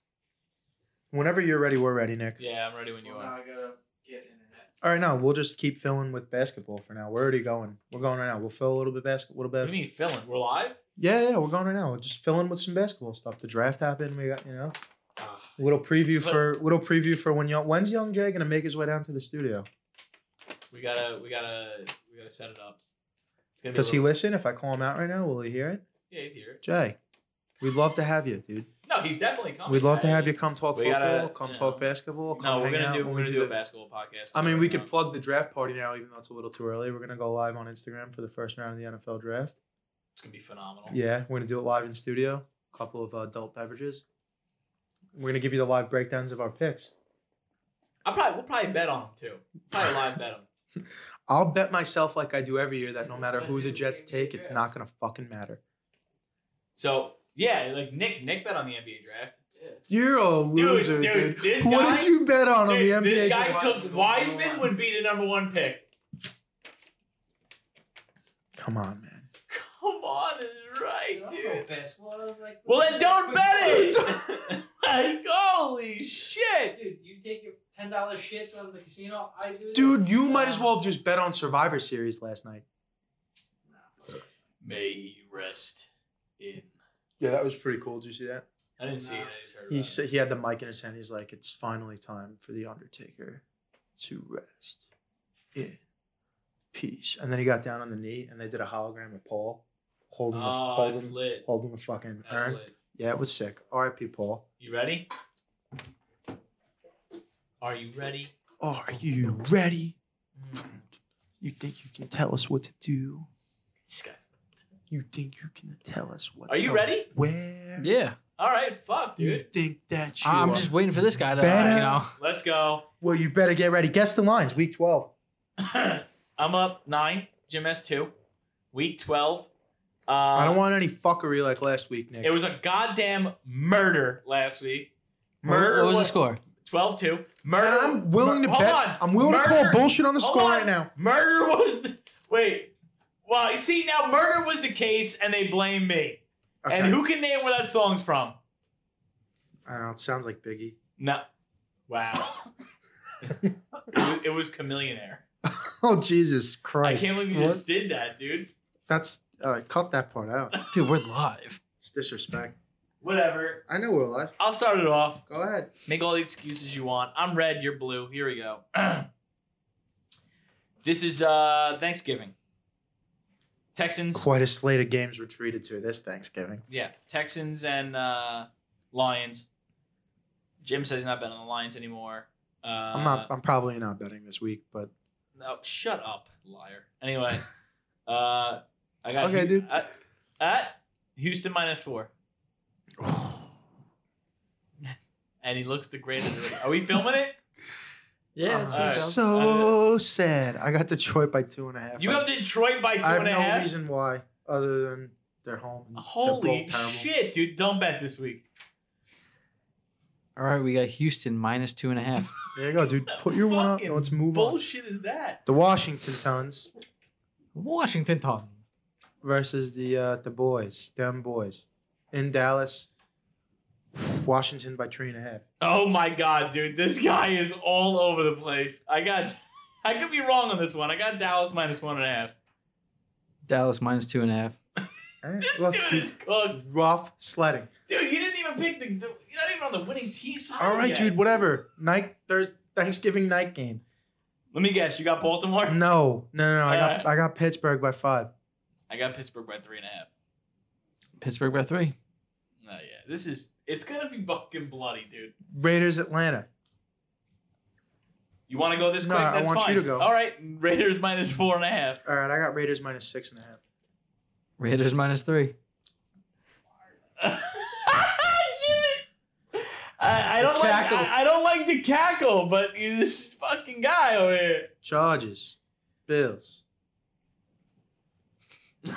C: Whenever you're ready, we're ready, Nick.
D: Yeah, I'm ready when you
C: Uh,
D: are.
C: All right, no, we'll just keep filling with basketball for now. We're already going. We're going right now. We'll fill a little bit basket, a little
D: What do
C: bit.
D: you mean filling? We're live.
C: Yeah, yeah, we're going right now. We're just filling with some basketball stuff. The draft happened. We got you know
D: Ah,
C: a little preview
D: But-
C: for little preview for when young. When's Young Jay going to make his way down to the studio?
D: we gotta, we gotta, we gotta set it up. It's gonna be.
C: Does
D: a
C: he
D: little-
C: listen? If I call him out right now, will he hear it?
D: Yeah, he'd hear it.
C: Jay, we'd love to have you, dude.
D: No, he's definitely coming.
C: We'd love to
D: I-
C: have you come talk
D: we
C: football,
D: gotta,
C: come
D: you know.
C: talk basketball.
D: No,
C: Come
D: we're
C: hang
D: gonna
C: out
D: do.
C: when
D: We're
C: we
D: gonna do a
C: the-
D: basketball podcast.
C: I mean,
D: too,
C: we
D: right
C: could
D: now.
C: plug the draft party now, even though it's a little too early. We're gonna go live on Instagram for the first round of the NFL draft.
D: It's gonna be phenomenal.
C: Yeah, we're gonna do it live in studio. A couple of uh, adult beverages. We're gonna give you the live breakdowns of our picks.
D: I probably we'll probably bet on him too. Probably live bet him.
C: I'll bet myself, like I do every year, that no matter who the Jets take, it's not gonna fucking matter.
D: So yeah, like Nick, Nick bet on the NBA draft.
C: You're a loser, dude.
D: dude, this
C: what
D: guy-
C: did you bet on
D: Dude,
C: on the NBA?
D: this guy
C: draft?
D: took Wiseman would be the number one pick.
C: Come on, man.
D: Come on, it's right, dude.
G: like,
D: Well, then don't bet it. like, holy shit.
G: Dude, you take your ten dollar shits on the casino. I do.
C: Dude,
G: this.
C: you might as
G: Nah.
C: well have just bet on Survivor Series last night.
D: May he rest in.
C: Yeah, that was pretty cool. Did you see that?
D: I didn't see it. I just heard about
C: He
D: it.
C: sa- he had the mic in his hand. He's like, "It's finally time for the Undertaker to rest in peace." And then he got down on the knee, and they did a hologram of Paul holding the
D: Oh, that's
C: holding,
D: lit.
C: holding the fucking
D: That's
C: urn.
D: lit.
C: Yeah, it was sick. R.I.P. Paul.
D: You ready? Are you ready?
C: Are you ready? You think you can tell us what to do?
D: This guy.
C: You think you can tell us what?
D: Are you
C: to
D: ready?
C: Where?
E: yeah.
D: All right, fuck,
C: You
D: dude.
C: think that you?
E: I'm
C: are-
E: just waiting for this guy to uh,
C: better-
E: you know.
D: Let's go.
C: Well, you better get ready. Guess the lines. Week twelve.
D: I'm up nine. Jim has two. Week 12. Uh,
C: I don't want any fuckery like last week, Nick.
D: It was a goddamn murder last week.
E: What-
D: Murder.
E: What was the score?
D: 12 2.
C: and
D: Murder.
C: I'm willing to
D: mur- hold
C: bet.
D: on.
C: I'm willing to
D: Murder-
C: call bullshit on the
D: hold
C: score
D: on.
C: right now.
D: Murder was the. Wait. Well, you see, now murder was the case and they blame me. And
C: Okay.
D: who can name where that song's from?
C: I don't know. It sounds like Biggie.
D: No. Wow. it, was, it was Chameleonaire.
C: Oh Jesus
D: I
C: Christ!
D: can't believe you
C: What?
D: just did that, dude.
C: That's all right. Cut that part out.
E: Dude, we're live.
C: It's disrespect.
D: Whatever.
C: I know we're alive.
D: I'll start it off.
C: Go ahead.
D: Make all the excuses you want. I'm red, you're blue. Here we go. this is uh Thanksgiving. Texans.
C: Quite a slate of games retreated to this Thanksgiving.
D: Yeah, Texans and uh Lions. Jim says he's not betting on the Lions anymore. Uh,
C: I'm not. I'm probably not betting this week, but
D: No, shut up, liar. Anyway, uh, I got
C: Okay, dude.
D: At, at Houston minus four, and he looks degraded. Already. Are we filming it?
E: Yeah,
C: I'm
E: it's good.
D: Alright.
E: sound.
C: so sad. I got Detroit by two and a half.
D: You
C: I,
D: have Detroit by two
C: I have
D: and a half.
C: no reason why, other than they're home. and they're
D: Holy
C: both terrible.
D: shit, dude! Don't bet this week.
E: All right, we got Houston minus two and a half.
C: There you go, dude. Put your one up
D: Fucking
C: and let's move on.
D: Bullshit is that?
C: The Washington Tons
E: Washington Ton.
C: versus the uh, the boys, them boys, in Dallas. Washington by three and a half.
D: Oh my god, dude! This guy is all over the place. I got, I could be wrong on this one. I got Dallas minus one and a half.
E: Dallas minus two and a half.
C: All right,
D: This
C: look,
D: dude
C: dude,
D: is cooked,
C: rough sledding.
D: dude. You didn't even pick the. the you're not even on the winning team side.
C: All right,
D: yet.
C: dude. Whatever. Night Thursday, Thanksgiving night game.
D: Let me guess. You got Baltimore.
C: Mm. No, no, no. I got
D: Alright.
C: I got Pittsburgh by five.
D: I got Pittsburgh by three and a half.
E: Pittsburgh by three.
D: Oh yeah, this is it's gonna be fucking bloody, dude.
C: Raiders Atlanta.
D: You want to go this
C: No,
D: quick?
C: I
D: That's
C: want you
D: fine.
C: to go.
D: All right, Raiders minus four and a half.
C: All right, I got Raiders minus six and a half.
E: Raiders minus three.
D: Jimmy! I, I don't like
E: Cackle.
D: I, I don't like to cackle, but this fucking guy over here.
C: Charges, Bills.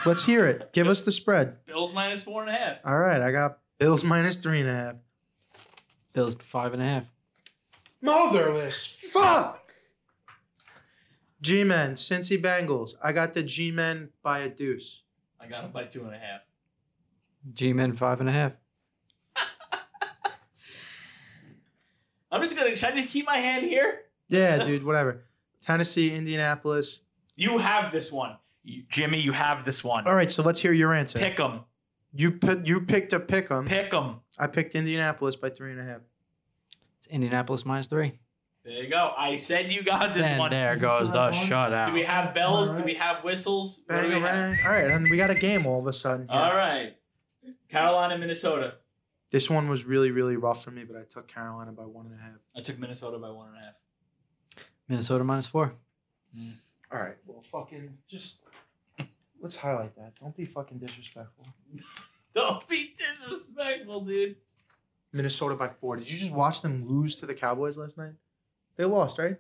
C: Let's hear it. Give us the spread.
D: Bills minus four and a half.
C: All right, I got Bills minus three and a half.
E: Bills five and a half.
C: Oh, Motherless fuck. G-men, Cincy Bengals. I got the G-men by a deuce.
D: I got him by two and a half.
E: G men five and a half.
D: I'm just gonna. Should I just keep my hand here?
C: Yeah, dude. Whatever. Tennessee, Indianapolis.
D: You have this one, You- Jimmy. You have this one.
C: All right, so let's hear your answer.
D: Pick them.
C: You put you picked a pick 'em.
D: Pick them.
C: I picked Indianapolis by three and a half.
E: It's Indianapolis minus three.
D: There you go. I said you got this
E: And
D: one.
E: there
C: Is
E: goes
C: this
E: the
C: not one?
E: shutout.
D: Do we have bells?
C: All right.
D: Do we have whistles? What do
C: Bang,
D: we have?
C: bang. All right, and we got a game all of a sudden. here.
D: All right. Carolina, Minnesota.
C: This one was really, really rough for me, but I took Carolina by one and a half.
D: I took Minnesota by one and a half.
E: Minnesota minus four.
C: All right, well, fucking just let's highlight that. Don't be fucking disrespectful.
D: Don't be disrespectful, dude.
C: Minnesota by four. Did you just watch them lose to the Cowboys last night? They lost, right?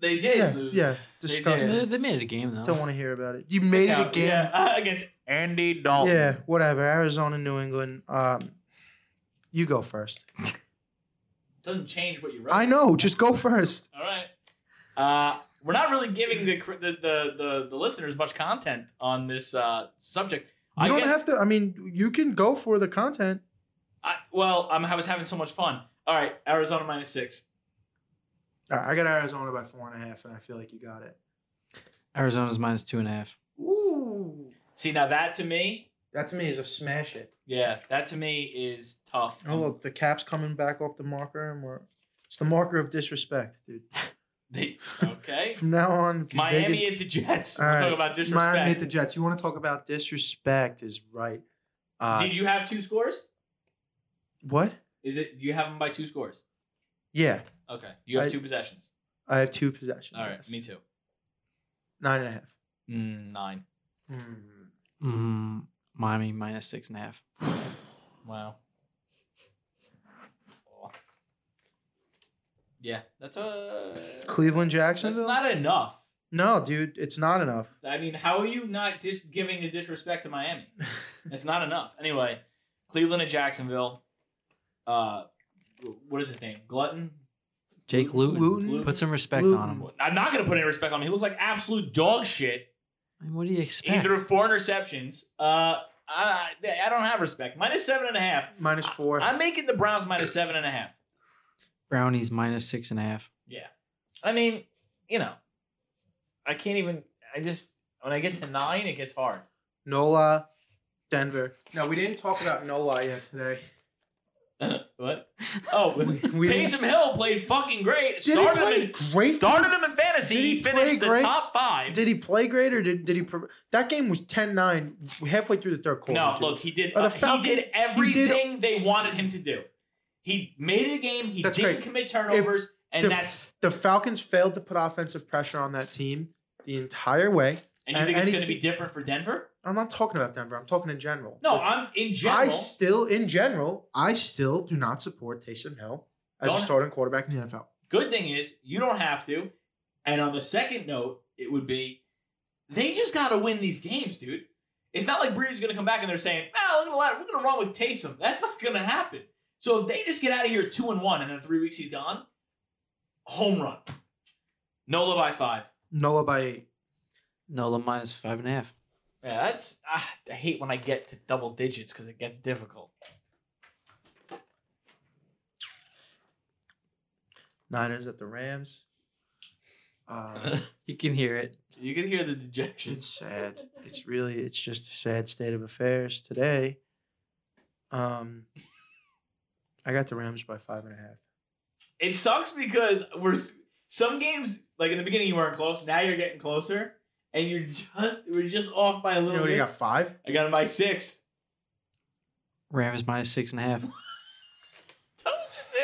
D: They did
C: yeah,
D: lose.
C: yeah.
D: They did.
C: Disgusting.
E: They, they made it a game though.
C: Don't want to hear about it. You
D: Stick
C: made it
D: out.
C: again.
D: Yeah, uh, against Andy Dalton.
C: Yeah, whatever. Arizona, New England. Um, you go first.
D: Doesn't change what you wrote.
C: I know. Just go first.
D: All right. Uh, we're not really giving the cr- the, the the the listeners much content on this uh, subject.
C: You
D: I
C: don't
D: guess,
C: have to. I mean, you can go for the content.
D: I, well, I'm, I was having so much fun. All right, Arizona minus six.
C: All right, I got Arizona by four and a half, and I feel like you got it.
E: Arizona's minus two and a half.
C: Ooh,
D: See, now that to me,
C: that to me is a smash it.
D: yeah, that to me is tough.
C: Oh look, the cap's coming back off the marker, and we're it's the marker of disrespect, dude.
D: They- okay.
C: From now on, if you-
D: Miami
C: they
D: at the Jets.
C: All
D: We're
C: right.
D: talking about
C: get-
D: disrespect.
C: Miami hit the Jets. You want to talk about disrespect? Is right. Uh,
D: Did you have two scores?
C: what?
D: Is it you have them by two scores?
C: Yeah,
D: Okay. You have
C: I-
D: two possessions.
C: I have two possessions.
D: All right.
C: yes.
D: Me too.
C: Nine and a half.
D: Mm, nine.
C: Hmm.
E: Mm, Miami minus six and a half.
D: Wow. Yeah, that's a.
C: Cleveland,
D: That's uh,
C: Jacksonville.
D: not enough.
C: No, dude, it's not enough.
D: I mean, how are you not dis- giving the disrespect to Miami? It's not enough. Anyway, Cleveland and Jacksonville. Uh, what is his name? Glutton.
E: Jake Luton.
C: Luton?
E: Put some respect
C: Luton.
E: on him.
D: I'm not gonna put any respect on him. He looked like absolute dog shit.
E: I mean, what do you expect?
D: He threw four interceptions. Uh, I, I don't have respect. Minus seven and a half.
C: Minus four.
D: I'm making the Browns minus seven and a half.
E: Brownies minus six and a half.
D: I mean, you know, I can't even. I just when I get to nine, it gets hard.
C: Nola, Denver. No, we didn't talk about Nola yet today.
D: what? Oh,
C: We-
D: Taysom Hill played fucking great.
C: Did
D: started
C: he play
D: him in,
C: great?
D: started him in fantasy.
C: Did he
D: He finished the
C: play great?
D: top five.
C: Did he play great or did, did he? Pro- that game was 10-9 halfway through the third quarter.
D: no,
C: dude.
D: look, he did.
C: Or the
D: uh,
C: Falcon-
D: he did everything they wanted him to do. He made it a game. He
C: That's
D: didn't
C: great.
D: commit turnovers, and
C: the,
D: that's
C: the Falcons failed to put offensive pressure on that team the entire way.
D: and you
C: and
D: think it's
C: any
D: going to
C: te-
D: be different for Denver?
C: I'm not talking about Denver. I'm talking in general.
D: No,
C: The-
D: I'm in general.
C: I still, in general, I still do not support Taysom Hill as
D: Don't-
C: a starting quarterback in the NFL.
D: good thing is you don't have to. And on the second note, it would be they just got to win these games, dude. It's not like Bree's going to come back and they're saying, "Oh, look at that. We're going to run with Taysom." That's not going to happen. So if they just get out of here two and one, and in three weeks he's gone, home run. Nola by five.
C: Nola by eight.
E: Nola minus five and a half.
D: Yeah, that's ah, I hate when I get to double digits because it gets difficult.
C: Niners at the Rams. Uh,
E: You can hear it.
D: You can hear the dejection.
C: it's sad. It's really, it's just a sad state of affairs today. Um, I got the Rams by five and a half.
D: It sucks because we're s- some games like in the beginning you weren't close. Now you're getting closer, and you're just we're just off by a
C: You
D: little
C: know what
D: bit.
C: you got? Five.
D: I got him by six.
E: Rams minus six and a half.
D: Told you, dude.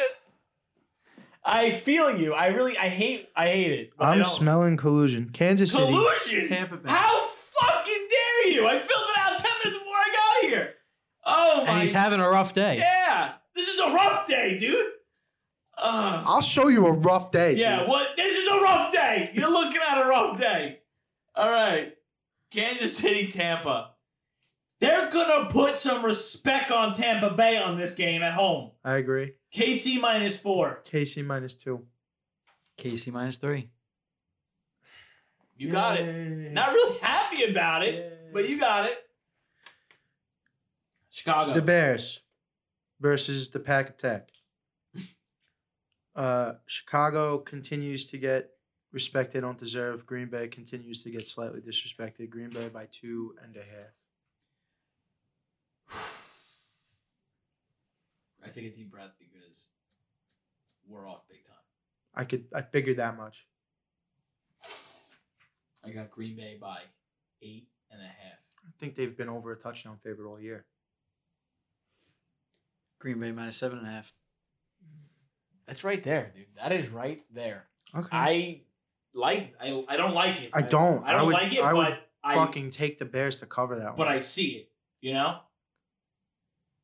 D: I feel you. I really I hate I hate it. but I
C: I'm
D: don't.
C: smelling collusion. Kansas City.
D: collusion.
C: Tampa Bay.
D: How fucking dare you? I filled it out ten minutes before I got here. Oh my
E: and he's having a rough day.
D: Yeah, this is a rough day, dude. Uh,
C: I'll show you a rough day.
D: yeah,
C: dude.
D: what? This is a rough day. You're looking at a rough day. All right, Kansas City, Tampa. They're gonna put some respect on Tampa Bay on this game at home.
C: I agree.
D: KC minus four.
C: KC minus two.
E: KC minus three.
D: You got it. Not really happy about it, but you got it. Chicago.
C: The Bears versus the Pack Attack. Uh, Chicago continues to get respect they don't deserve. Green Bay continues to get slightly disrespected. Green Bay by two and a half.
D: I take a deep breath because we're off big time.
C: I could I figured that much.
D: I got Green Bay by eight and a half.
C: I think they've been over a touchdown favorite all year.
E: Green Bay minus seven and a half.
D: That's right there, dude. That is right there.
C: Okay. I,
D: I like. I, I don't like it.
C: Mm. don't.
D: I don't
C: would-
D: like it,
C: I would
D: but I
C: fucking take the Bears to cover that
D: but
C: one.
D: I see it. You know,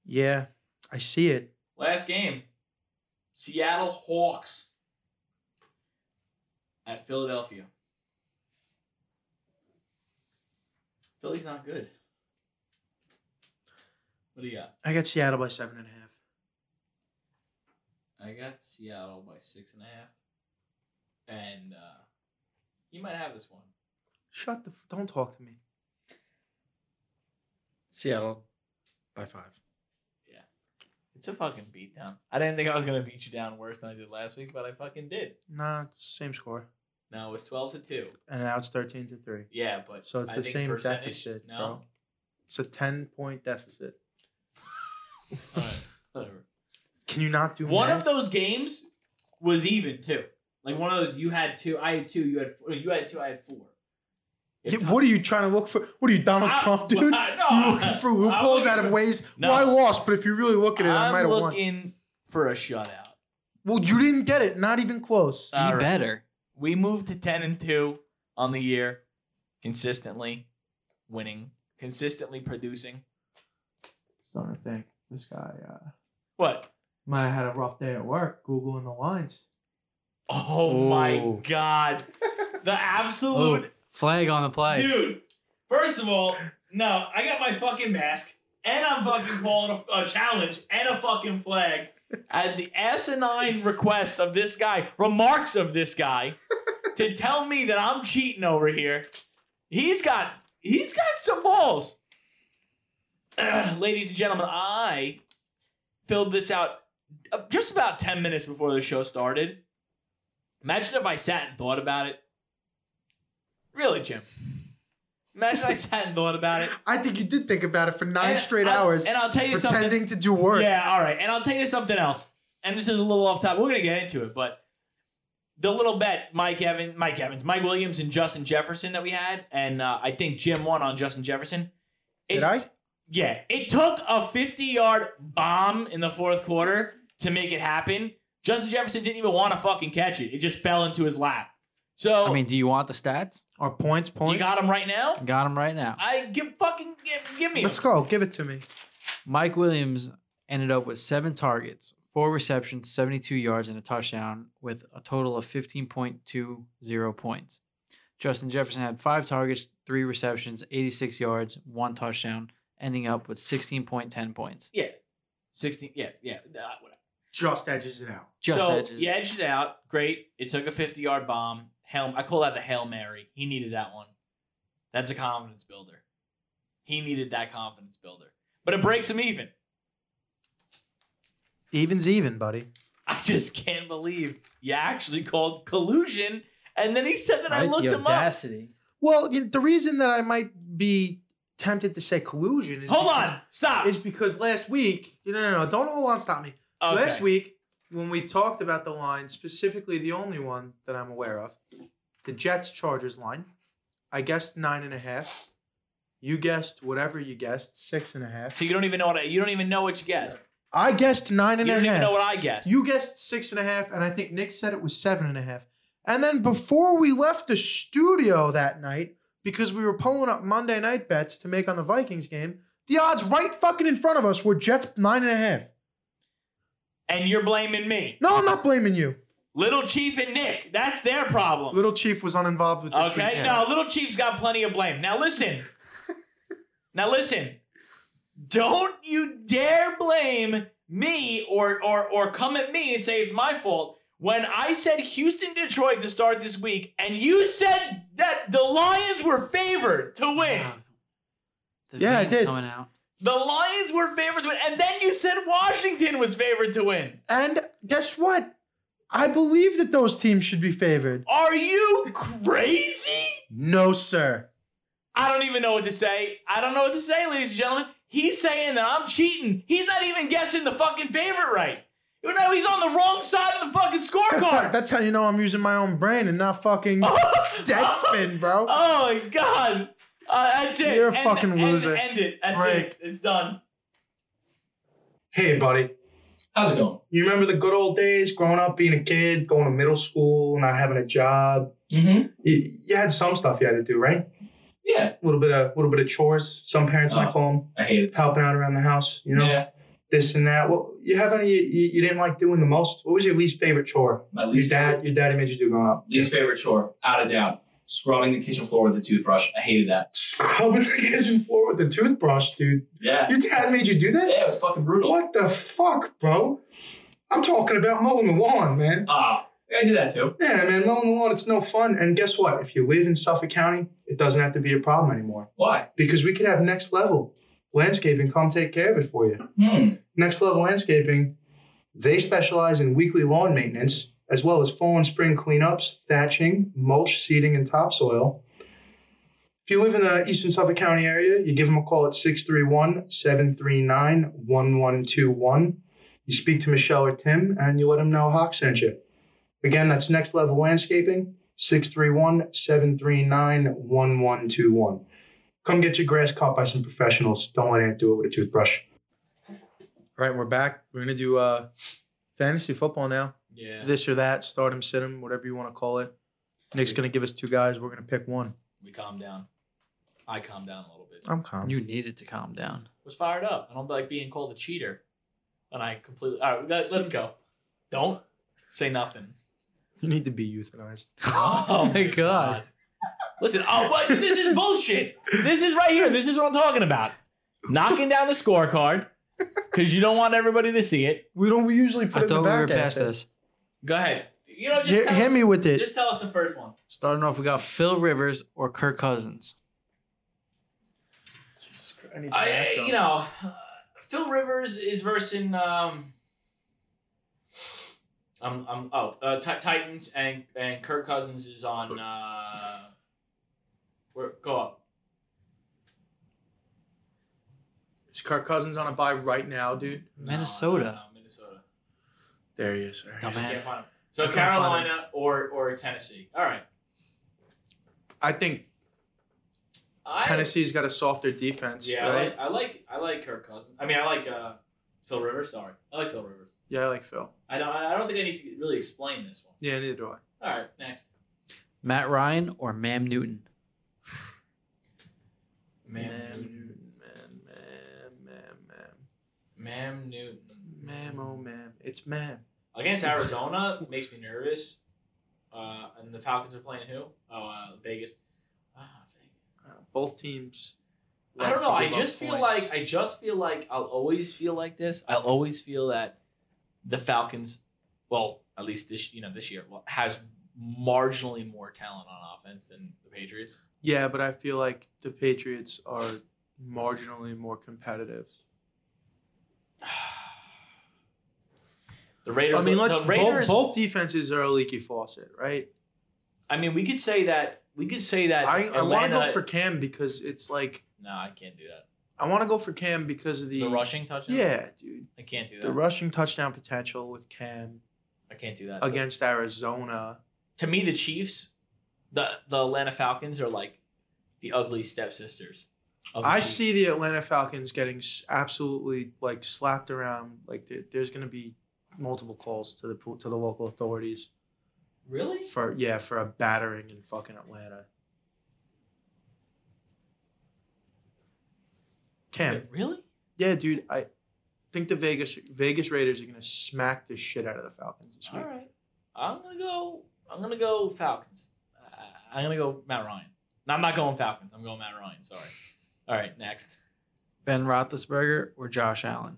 C: yeah, I see it.
D: last game, Seattle Hawks at Philadelphia. Philly's not good. What do you got?
C: I got Seattle by seven and a half.
D: I got Seattle by six and a half, and uh, you might have this one.
C: Shut the. f- Don't talk to me.
E: Seattle by five.
D: It's a fucking beatdown. I didn't think I was gonna beat you down worse than I did last week, but I fucking did.
C: Nah, it's same score.
D: No, it was twelve to two.
C: And now it's thirteen to three.
D: Yeah, but
C: So it's
D: I
C: the
D: think
C: same
D: percentage-
C: deficit,
D: No,
C: It's a ten point deficit.
D: Alright, whatever.
C: Can you not do
D: one
C: math?
D: of those games was even too. Like one of those, you had two, I had two, you had four, you had two, I had four. If
C: Yeah,
D: Tom-
C: what are you trying to look for? What are you, Donald
D: I-
C: Trump, dude?
D: I-
C: You're
D: no,
C: looking for
D: I'm
C: loopholes
D: looking
C: out of
D: for-
C: ways.
D: No.
C: Well, I lost, but if you really look at it, I might
D: I'm
C: have won.
D: looking for a shutout.
C: Well, you didn't get it. Not even close.
E: Be
D: All right.
E: better.
D: We moved to ten and two on the year, consistently winning, consistently producing.
C: Starting to think this guy uh,
D: What?
C: might have had a rough day at work, Googling the lines.
D: Oh my
E: Oh.
D: god. the absolute
H: Flag on the play.
D: Dude, first of all, no, I got my fucking mask, and I'm fucking calling a, a challenge and a fucking flag. At the asinine request of this guy, remarks of this guy, to tell me that I'm cheating over here. He's got he's got some balls. ladies and gentlemen, I filled this out uh, just about 10 minutes before the show started. Imagine if I sat and thought about it. Really, Jim? Imagine I sat and thought about it.
C: I think you did think about it for nine
D: And
C: straight
D: I'll-
C: hours,
D: And I'll tell you something.
C: pretending to do work.
D: Yeah, all right. And I'll tell you something else. And this is a little off topic. We're gonna get into it, but the little bet Mike Evans, Mike Evans, Mike Williams, and Justin Jefferson that we had, and uh, I think Jim won on Justin Jefferson. It-
C: Did I?
D: Yeah, it took a 50-yard bomb in the fourth quarter to make it happen. Justin Jefferson didn't even want to fucking catch it. It just fell into his lap. So
H: I mean, do you want the stats?
C: Or points, points.
D: you got him right now.
H: Got them right now.
D: I give fucking give, give me. him.
C: Let's go. Give it to me.
H: Mike Williams ended up with seven targets, four receptions, 72 yards, and a touchdown with a total of 15.20 points. Justin Jefferson had five targets, three receptions, 86 yards, one touchdown, ending up with 16.10 points.
D: Sixteen. Yeah, yeah. uh, whatever.
C: Just edges it out.
H: Just
D: so
H: edges.
D: you edged it out. Great. It took a 50 yard bomb. Hail, I call that the Hail Mary. He needed that one. That's a confidence builder. He needed that confidence builder. But it breaks him even.
C: Even's even, buddy.
D: I just can't believe you actually called collusion. And then he said that I
H: Right?
D: looked
H: The
D: him up.
H: audacity.
C: Well, you- the reason that I might be tempted to say collusion is
D: Hold
C: because-
D: on. Stop.
C: is because last week. No, no, no. Don't hold on. Stop me.
D: Okay.
C: Last week, when we talked about the line, specifically the only one that I'm aware of, the Jets Chargers line, I guessed nine and a half. You guessed whatever you guessed, six and a half.
D: So you don't even know what I, you don't even know what you guessed.
C: I guessed nine and
D: you
C: a half.
D: don't even know what I guessed.
C: You guessed six and a half, and I think Nick said it was seven and a half. And then before we left the studio that night, because we were pulling up Monday night bets to make on the Vikings game, the odds right fucking in front of us were Jets nine and a half.
D: and you're blaming me.
C: No, I'm not blaming you.
D: Little Chief and Nick. That's their problem.
C: Little Chief was uninvolved with this.
D: Okay,
C: weekend.
D: no, little Chief's got plenty of blame. Now listen, now listen. Don't you dare blame me or or or come at me and say it's my fault when I said Houston Detroit to start this week, and you said that the Lions were favored to win.
H: Wow. The
C: Yeah, I
H: veins
C: did.
H: Coming out.
D: The Lions were favored to win, and then you said Washington was favored to win.
C: And guess what? I believe that those teams should be favored.
D: Are you crazy?
C: No, sir.
D: I don't even know what to say. I don't know what to say, ladies and gentlemen. He's saying that I'm cheating. He's not even guessing the fucking favorite right. You know he's on the wrong side of the fucking
C: That's how,
D: scorecard.
C: that's how you know I'm using my own brain and not fucking Deadspin, bro.
D: Oh my god. Uh, that's it.
C: You're a
D: End-
C: fucking
D: end-
C: loser.
D: End it. That's
C: Break.
D: it. It's done.
C: Hey, buddy.
D: How's it going?
C: You remember the good old days growing up, being a kid, going to middle school, not having a job?
D: Mm-hmm.
C: You, you had some stuff you had to do, right?
D: Yeah.
C: A little bit of little bit of chores, some parents
I: Uh-huh.
C: might
D: Uh,
C: call them,
D: I hate it.
C: helping out around the house, you know, this and that. What you have any you, you didn't like doing the most? What was your least favorite chore?
I: My
C: Your
I: least favorite,
C: dad, your daddy made you do growing up.
I: least favorite chore, out of doubt, scrubbing the kitchen floor with a toothbrush. I hated that.
C: Scrubbing the kitchen floor with a toothbrush, dude.
I: Yeah.
C: Your dad made you do that?
I: Yeah, it was fucking brutal.
C: What the fuck, bro? I'm talking about mowing the lawn,
D: Uh,
C: man.
I: Ah, I did that too.
C: Yeah, man, mowing the lawn, it's no fun. And guess what? If you live in Suffolk County, it doesn't have to be a problem anymore
I: Why?
C: because we could have next level landscaping come take care of it for you.
I: Hmm.
C: Next Level Landscaping, they specialize in weekly lawn maintenance as well as fall and spring cleanups, thatching, mulch, seeding, and topsoil. If you live in the Eastern Suffolk County area, you give them a call at 631 739 1121. You speak to Michelle or Tim and you let them know Hawk sent you. Again, that's Next Level Landscaping, 631 739 1121. Come get your grass cut by some professionals. Don't let Aunt do it with a toothbrush. All right, we're back. We're gonna do uh fantasy football now.
D: Yeah.
C: This or that, start him, sit him, whatever you want to call it. Nick's gonna give us two guys. We're gonna pick one.
D: We calmed down. I calmed down a little bit.
C: I'm calm.
H: You needed to calm down.
D: was fired up. I don't like being called a cheater. And I completely. All right, let, us go. Don't say nothing.
C: You need to be euthanized.
D: Oh
H: my God.
D: Listen, oh, but this is bullshit. This is right here. This is what I'm talking about. Knocking down the scorecard because you don't want everybody to see it.
C: We don't. We usually put
H: I
C: in the
H: thought we
C: back
H: were
C: end.
H: past this.
D: Go ahead. You know, just,
C: Hit,
D: tell,
C: hit me with it.
D: just tell us the first one.
H: Starting off, we got Phil Rivers or Kirk Cousins.
C: I need the
D: I,
C: matchup.
D: you know, uh, Phil Rivers is versing. Um, um, um, oh, uh, Ti- Titans and and Kirk Cousins is on. Uh, where go up?
C: Is Kirk Cousins on a buy right now, dude?
D: No,
H: Minnesota.
D: no, no, Minnesota.
C: There he is. All right.
H: Dumbass.
D: Can't find him. So
C: I couldn't find him.
D: Carolina or or Tennessee. All right.
C: I think
D: I,
C: Tennessee's got a softer defense.
D: Yeah,
C: right?
D: I, like, I like I like Kirk Cousins. I mean, I like uh, Phil Rivers. Sorry, I like Phil Rivers.
C: yeah, I like Phil.
D: I don't. I don't think I need to really explain this one.
C: Yeah, neither do I.
D: All right, next.
H: Matt Ryan or Mam Newton.
C: Newton, man, man, man,
D: Mam Newton.
C: man, man, oh man, it's man.
D: Against Arizona makes me nervous. Uh, and the Falcons are playing who? Oh, uh, Vegas. Ah, Vegas.
C: Uh, both teams.
D: I don't
C: like
D: know.
C: to
D: I
C: give up
D: just feel
C: points.
D: like I just feel like I'll always feel like this. I'll always feel that the Falcons, well, at least this you know this year well, has marginally more talent on offense than the Patriots.
C: Yeah, but I feel like the Patriots are marginally more competitive.
D: The Raiders.
C: I mean,
D: the,
C: let's
D: Raiders.
C: both, both defenses are a leaky faucet, right?
D: I mean, we could say that. We could say that.
C: I, I want to
D: Atlanta-
C: go for Cam because it's like
D: No, I can't do that.
C: I want to go for Cam because of the,
D: The rushing touchdown.
C: Yeah, dude,
D: I can't do that.
C: the rushing touchdown potential with Cam
D: I can't do that.
C: against Arizona.
D: to me, the Chiefs, the the Atlanta Falcons are like the ugly stepsisters. Of the
C: I
D: Chiefs.
C: see the Atlanta Falcons getting s- absolutely like slapped around. Like there- there's going to be multiple calls to the po- to the local authorities
D: Really?
C: for yeah for a battering in fucking Atlanta. Cam,
D: Really?
C: yeah, dude, I think the Vegas Vegas Raiders are going to smack the shit out of the Falcons this
D: All
C: week.
D: right. I'm gonna go. I'm gonna go Falcons. Uh, I'm gonna go Matt Ryan. No, I'm not going Falcons. I'm going Matt Ryan. Sorry. All right, next.
H: Ben Roethlisberger or Josh Allen.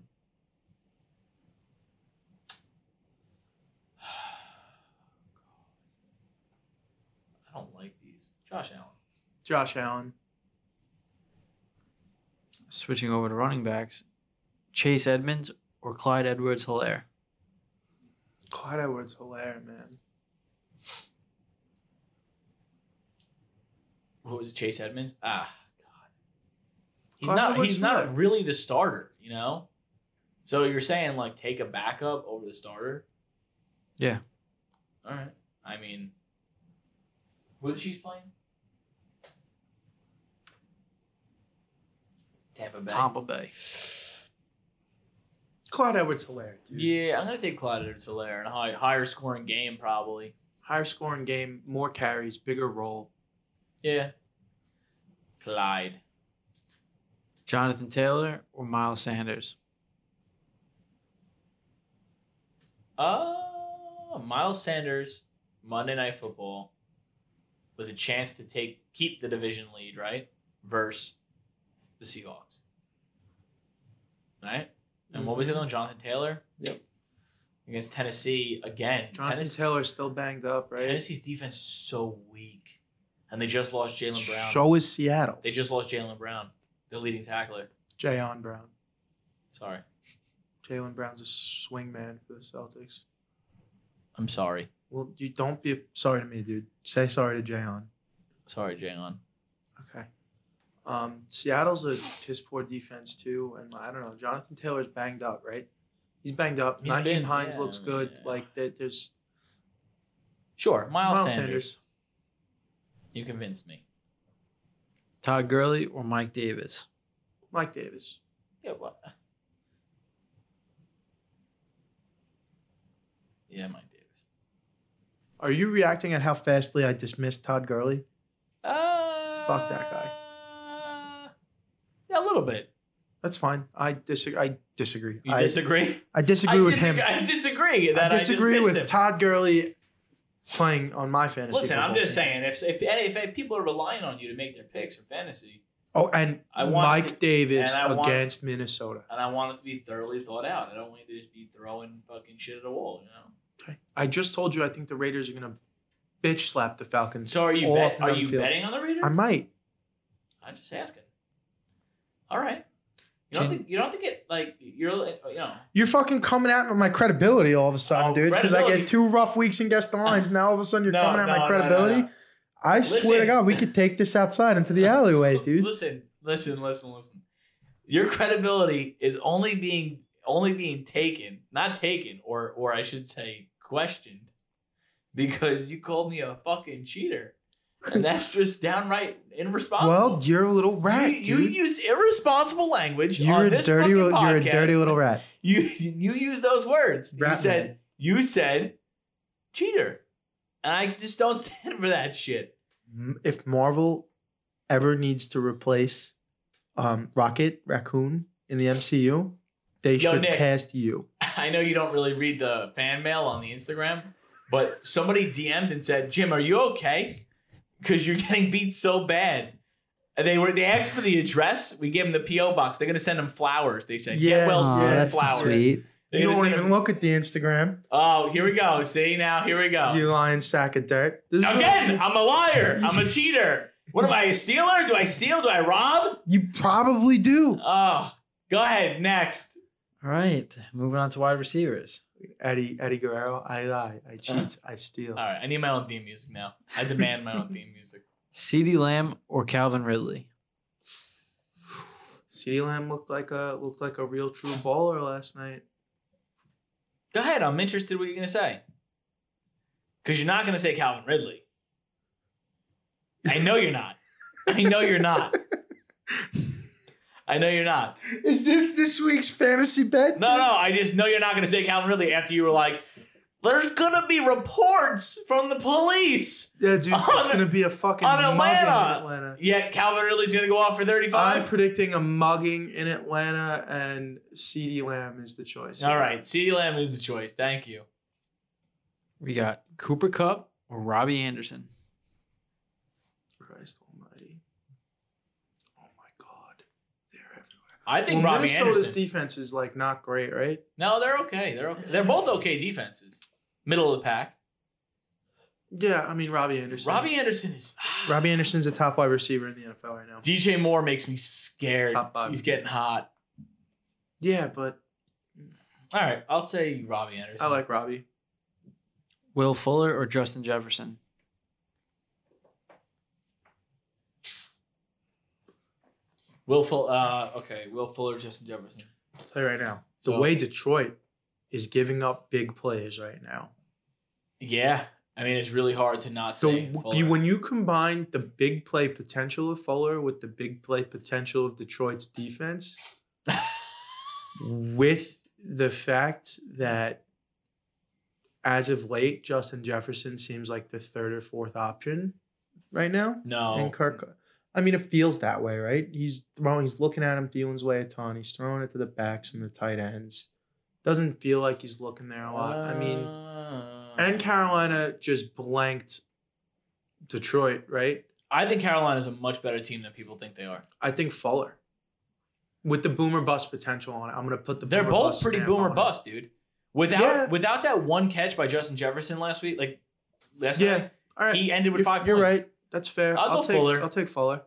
D: Oh, I don't like these. Josh Allen.
C: Josh Allen,
H: Switching over to running backs, Chase Edmonds or Clyde Edwards Hilaire.
C: Clyde Edwards Hilaire, man.
D: What was it? Chase Edmonds. Ah, God. He's
C: Clyde
D: not.
C: Edwards
D: He's not
C: Hilaire.
D: really the starter. You know. So you're saying like take a backup over the starter?
H: Yeah.
D: All right. I mean, who the Chiefs playing? Tampa Bay.
H: Tampa Bay.
C: Clyde Edwards Hilaire, dude.
D: Yeah, I'm gonna take Clyde Edwards-Helaire in a high, higher scoring game probably.
C: Higher scoring game, more carries, bigger role.
D: Yeah. Clyde.
H: Jonathan Taylor or Miles Sanders.
D: Uh, Miles Sanders, Monday Night Football, with a chance to take keep the division lead, right? Versus the Seahawks, right? And what was
C: Mm-hmm.
D: it on Jonathan Taylor?
E: Yep.
D: Against Tennessee again.
C: Jonathan
D: Tennessee,
C: Taylor's still banged up, right?
D: Tennessee's defense is so weak, and they just lost Jalen Brown.
C: So is Seattle.
D: they just lost Jalen Brown, the leading tackler.
C: Jayon Brown.
D: Sorry,
C: Jalen Brown's a swing man for the Celtics.
D: I'm sorry,
C: Well, you don't be sorry to me, dude. Say sorry to Jayon.
D: sorry, Jalen.
C: Okay. Um, Seattle's a piss poor defense too, and I don't know. Jonathan Taylor's banged up, right? He's banged up.
D: He's
C: Naheem
D: been-
C: Hines
D: yeah,
C: looks good.
D: yeah.
C: Like there- there's
D: Sure, Miles,
C: Miles
D: Sanders.
C: Sanders.
D: You convinced me.
H: Todd Gurley or Mike Davis.
C: Mike Davis.
D: Yeah, what? Yeah, Mike Davis.
C: Are you reacting at how fastly I dismissed Todd Gurley?
D: Uh,
C: Fuck that
D: guy. Yeah, a little bit.
C: That's fine. I disagree. I disagree.
D: You
C: I,
D: disagree?
C: I disagree
D: I
C: with
D: disagree,
C: him.
D: I disagree.
C: I
D: That
C: disagree
D: I just
C: with
D: missed him.
C: Todd Gurley playing on my fantasy.
D: Listen, I'm
C: football
D: just
C: team.
D: saying if if, and if if people are relying on you to make their picks for fantasy,
C: Oh, and
D: I want
C: Mike
D: to-
C: Davis
D: and I want-
C: against Minnesota.
D: and I want it to be thoroughly thought out. I don't want you to just be throwing fucking shit at a wall. You know.
C: Okay. I just told you I think the Raiders are gonna bitch slap the Falcons.
D: So are you
C: all
D: bet,
C: up
D: are
C: and
D: you
C: downfield.
D: betting on the Raiders?
C: I might.
D: I'm just asking. All right. You don't
H: Jan-
D: think you don't think it like you're you know
C: You're fucking coming at me with my credibility all of a sudden,
D: Oh,
C: dude. Because I
D: credibility.
C: get two rough weeks and guess the lines. Now all of a sudden you're
D: No,
C: coming at
D: no,
C: my
D: no, no,
C: credibility.
D: no.
C: I swear to
D: Listen.
C: God, we could take this outside into the alleyway, dude.
D: Listen, listen, listen, listen. Your credibility is only being only being taken, not taken, or or I should say questioned, because you called me a fucking cheater, and that's just downright irresponsible.
C: Well, you're a little
D: You-
C: rat,
D: you,
C: dude.
D: used irresponsible language
C: You, are
D: on
C: a
D: this
C: dirty.
D: fucking
C: Little, you're a
D: podcast.
C: dirty little rat.
D: You you used those words. you
C: Rat
D: said
C: man.
D: you said cheater, and I just don't stand for that shit.
C: M- If Marvel ever needs to replace um, Rocket Raccoon in the MCU, they
D: Yo,
C: should
D: Nick.
C: cast you.
D: I know you don't really read the fan mail on the Instagram, but somebody DM'd and said, "Jim, are you okay? Because you're getting beat so bad." And they were they asked for the address. We gave them the PO box. They're gonna send them flowers. They said,
C: Yeah.
D: "Get well
C: Aw,
H: Oh,
D: soon,
H: that's not
D: flowers."
H: sweet.
D: They're
C: You
D: gonna
C: don't
D: send
C: even
D: them-
C: look at the Instagram.
D: Oh, here we go. See now, here we go.
C: You lying sack of dirt. This is what-
D: Again, I'm a liar. I'm a cheater. What am I, a stealer? Do I steal? Do I rob?
C: you probably do.
D: Oh, go ahead. Next.
H: All right, moving on to wide receivers.
C: Eddie Eddie Guerrero, I lie, I cheat, I steal.
D: All right, I need my own theme music now. I demand my own theme music.
H: CeeDee Lamb or Calvin Ridley?
C: CeeDee Lamb looked like a looked like a real true baller last night.
D: Go ahead. I'm interested what you're going to say. Because you're not going to say Calvin Ridley. I know you're not. I know you're not. I know you're not.
C: Is this this week's fantasy bet?
D: No, no, I just know you're not going to say Calvin Ridley after you were like, there's going to be reports from the police.
C: Yeah, dude, it's
D: On-
C: gonna be a fucking
D: on
C: mugging
D: Atlanta.
C: in Atlanta.
D: Yet Calvin Ridley's going to go off for
C: I'm
D: 35.
C: predicting a mugging in Atlanta, and CeeDee Lamb is the choice.
D: All right. CeeDee Lamb is the choice. Thank you.
H: We got Cooper Cup or Robbie Anderson.
C: Christ Almighty. Oh my God, they're everywhere.
D: I think
C: well,
D: Robbie
C: Minnesota's
D: Anderson.
C: defense is like not great, right?
D: no, they're okay. They're okay. They're both okay defenses. Middle of the pack.
C: Yeah, I mean Robbie Anderson.
D: Robbie Anderson is
C: Robbie Anderson's a top wide receiver in the NFL right now.
D: DJ Moore makes me scared.
C: Top five.
D: He's getting hot.
C: Yeah, but
D: All right, I'll say Robbie Anderson.
C: I like Robbie.
H: Will Fuller or Justin Jefferson?
D: Will Fuller. Uh, okay, Will Fuller, Justin Jefferson.
C: I'll tell you right now, the
D: So-
C: way Detroit is giving up big plays right now.
D: Yeah, I mean it's really hard to not
C: So
D: say.
C: w-
D: Fuller.
C: you, when you combine the big play potential of Fuller with the big play potential of Detroit's defense, with the fact that as of late Justin Jefferson seems like the third or fourth option right now,
D: no,
C: and Kirk. I mean, it feels that way, right? He's throwing, he's looking at him, Thielen's way a ton. He's throwing it to the backs and the tight ends. Doesn't feel like he's looking there a lot. I mean,
D: Uh.
C: and Carolina just blanked Detroit, right?
D: I think Carolina's a much better team than people think they are.
C: I think Fuller with the boomer bust potential on it. I'm gonna put the.
D: They're
C: boomer
D: both
C: bust
D: pretty
C: stamp
D: boomer
C: on it.
D: bust, dude. Without
C: Yeah.
D: without that one catch by Justin Jefferson last week, like last
C: Yeah,
D: night,
C: All right,
D: he ended with
C: you're,
D: 5
C: you're
D: points.
C: right. That's fair.
D: I'll
C: I'll,
D: go
C: take
D: Fuller.
C: I'll take Fuller.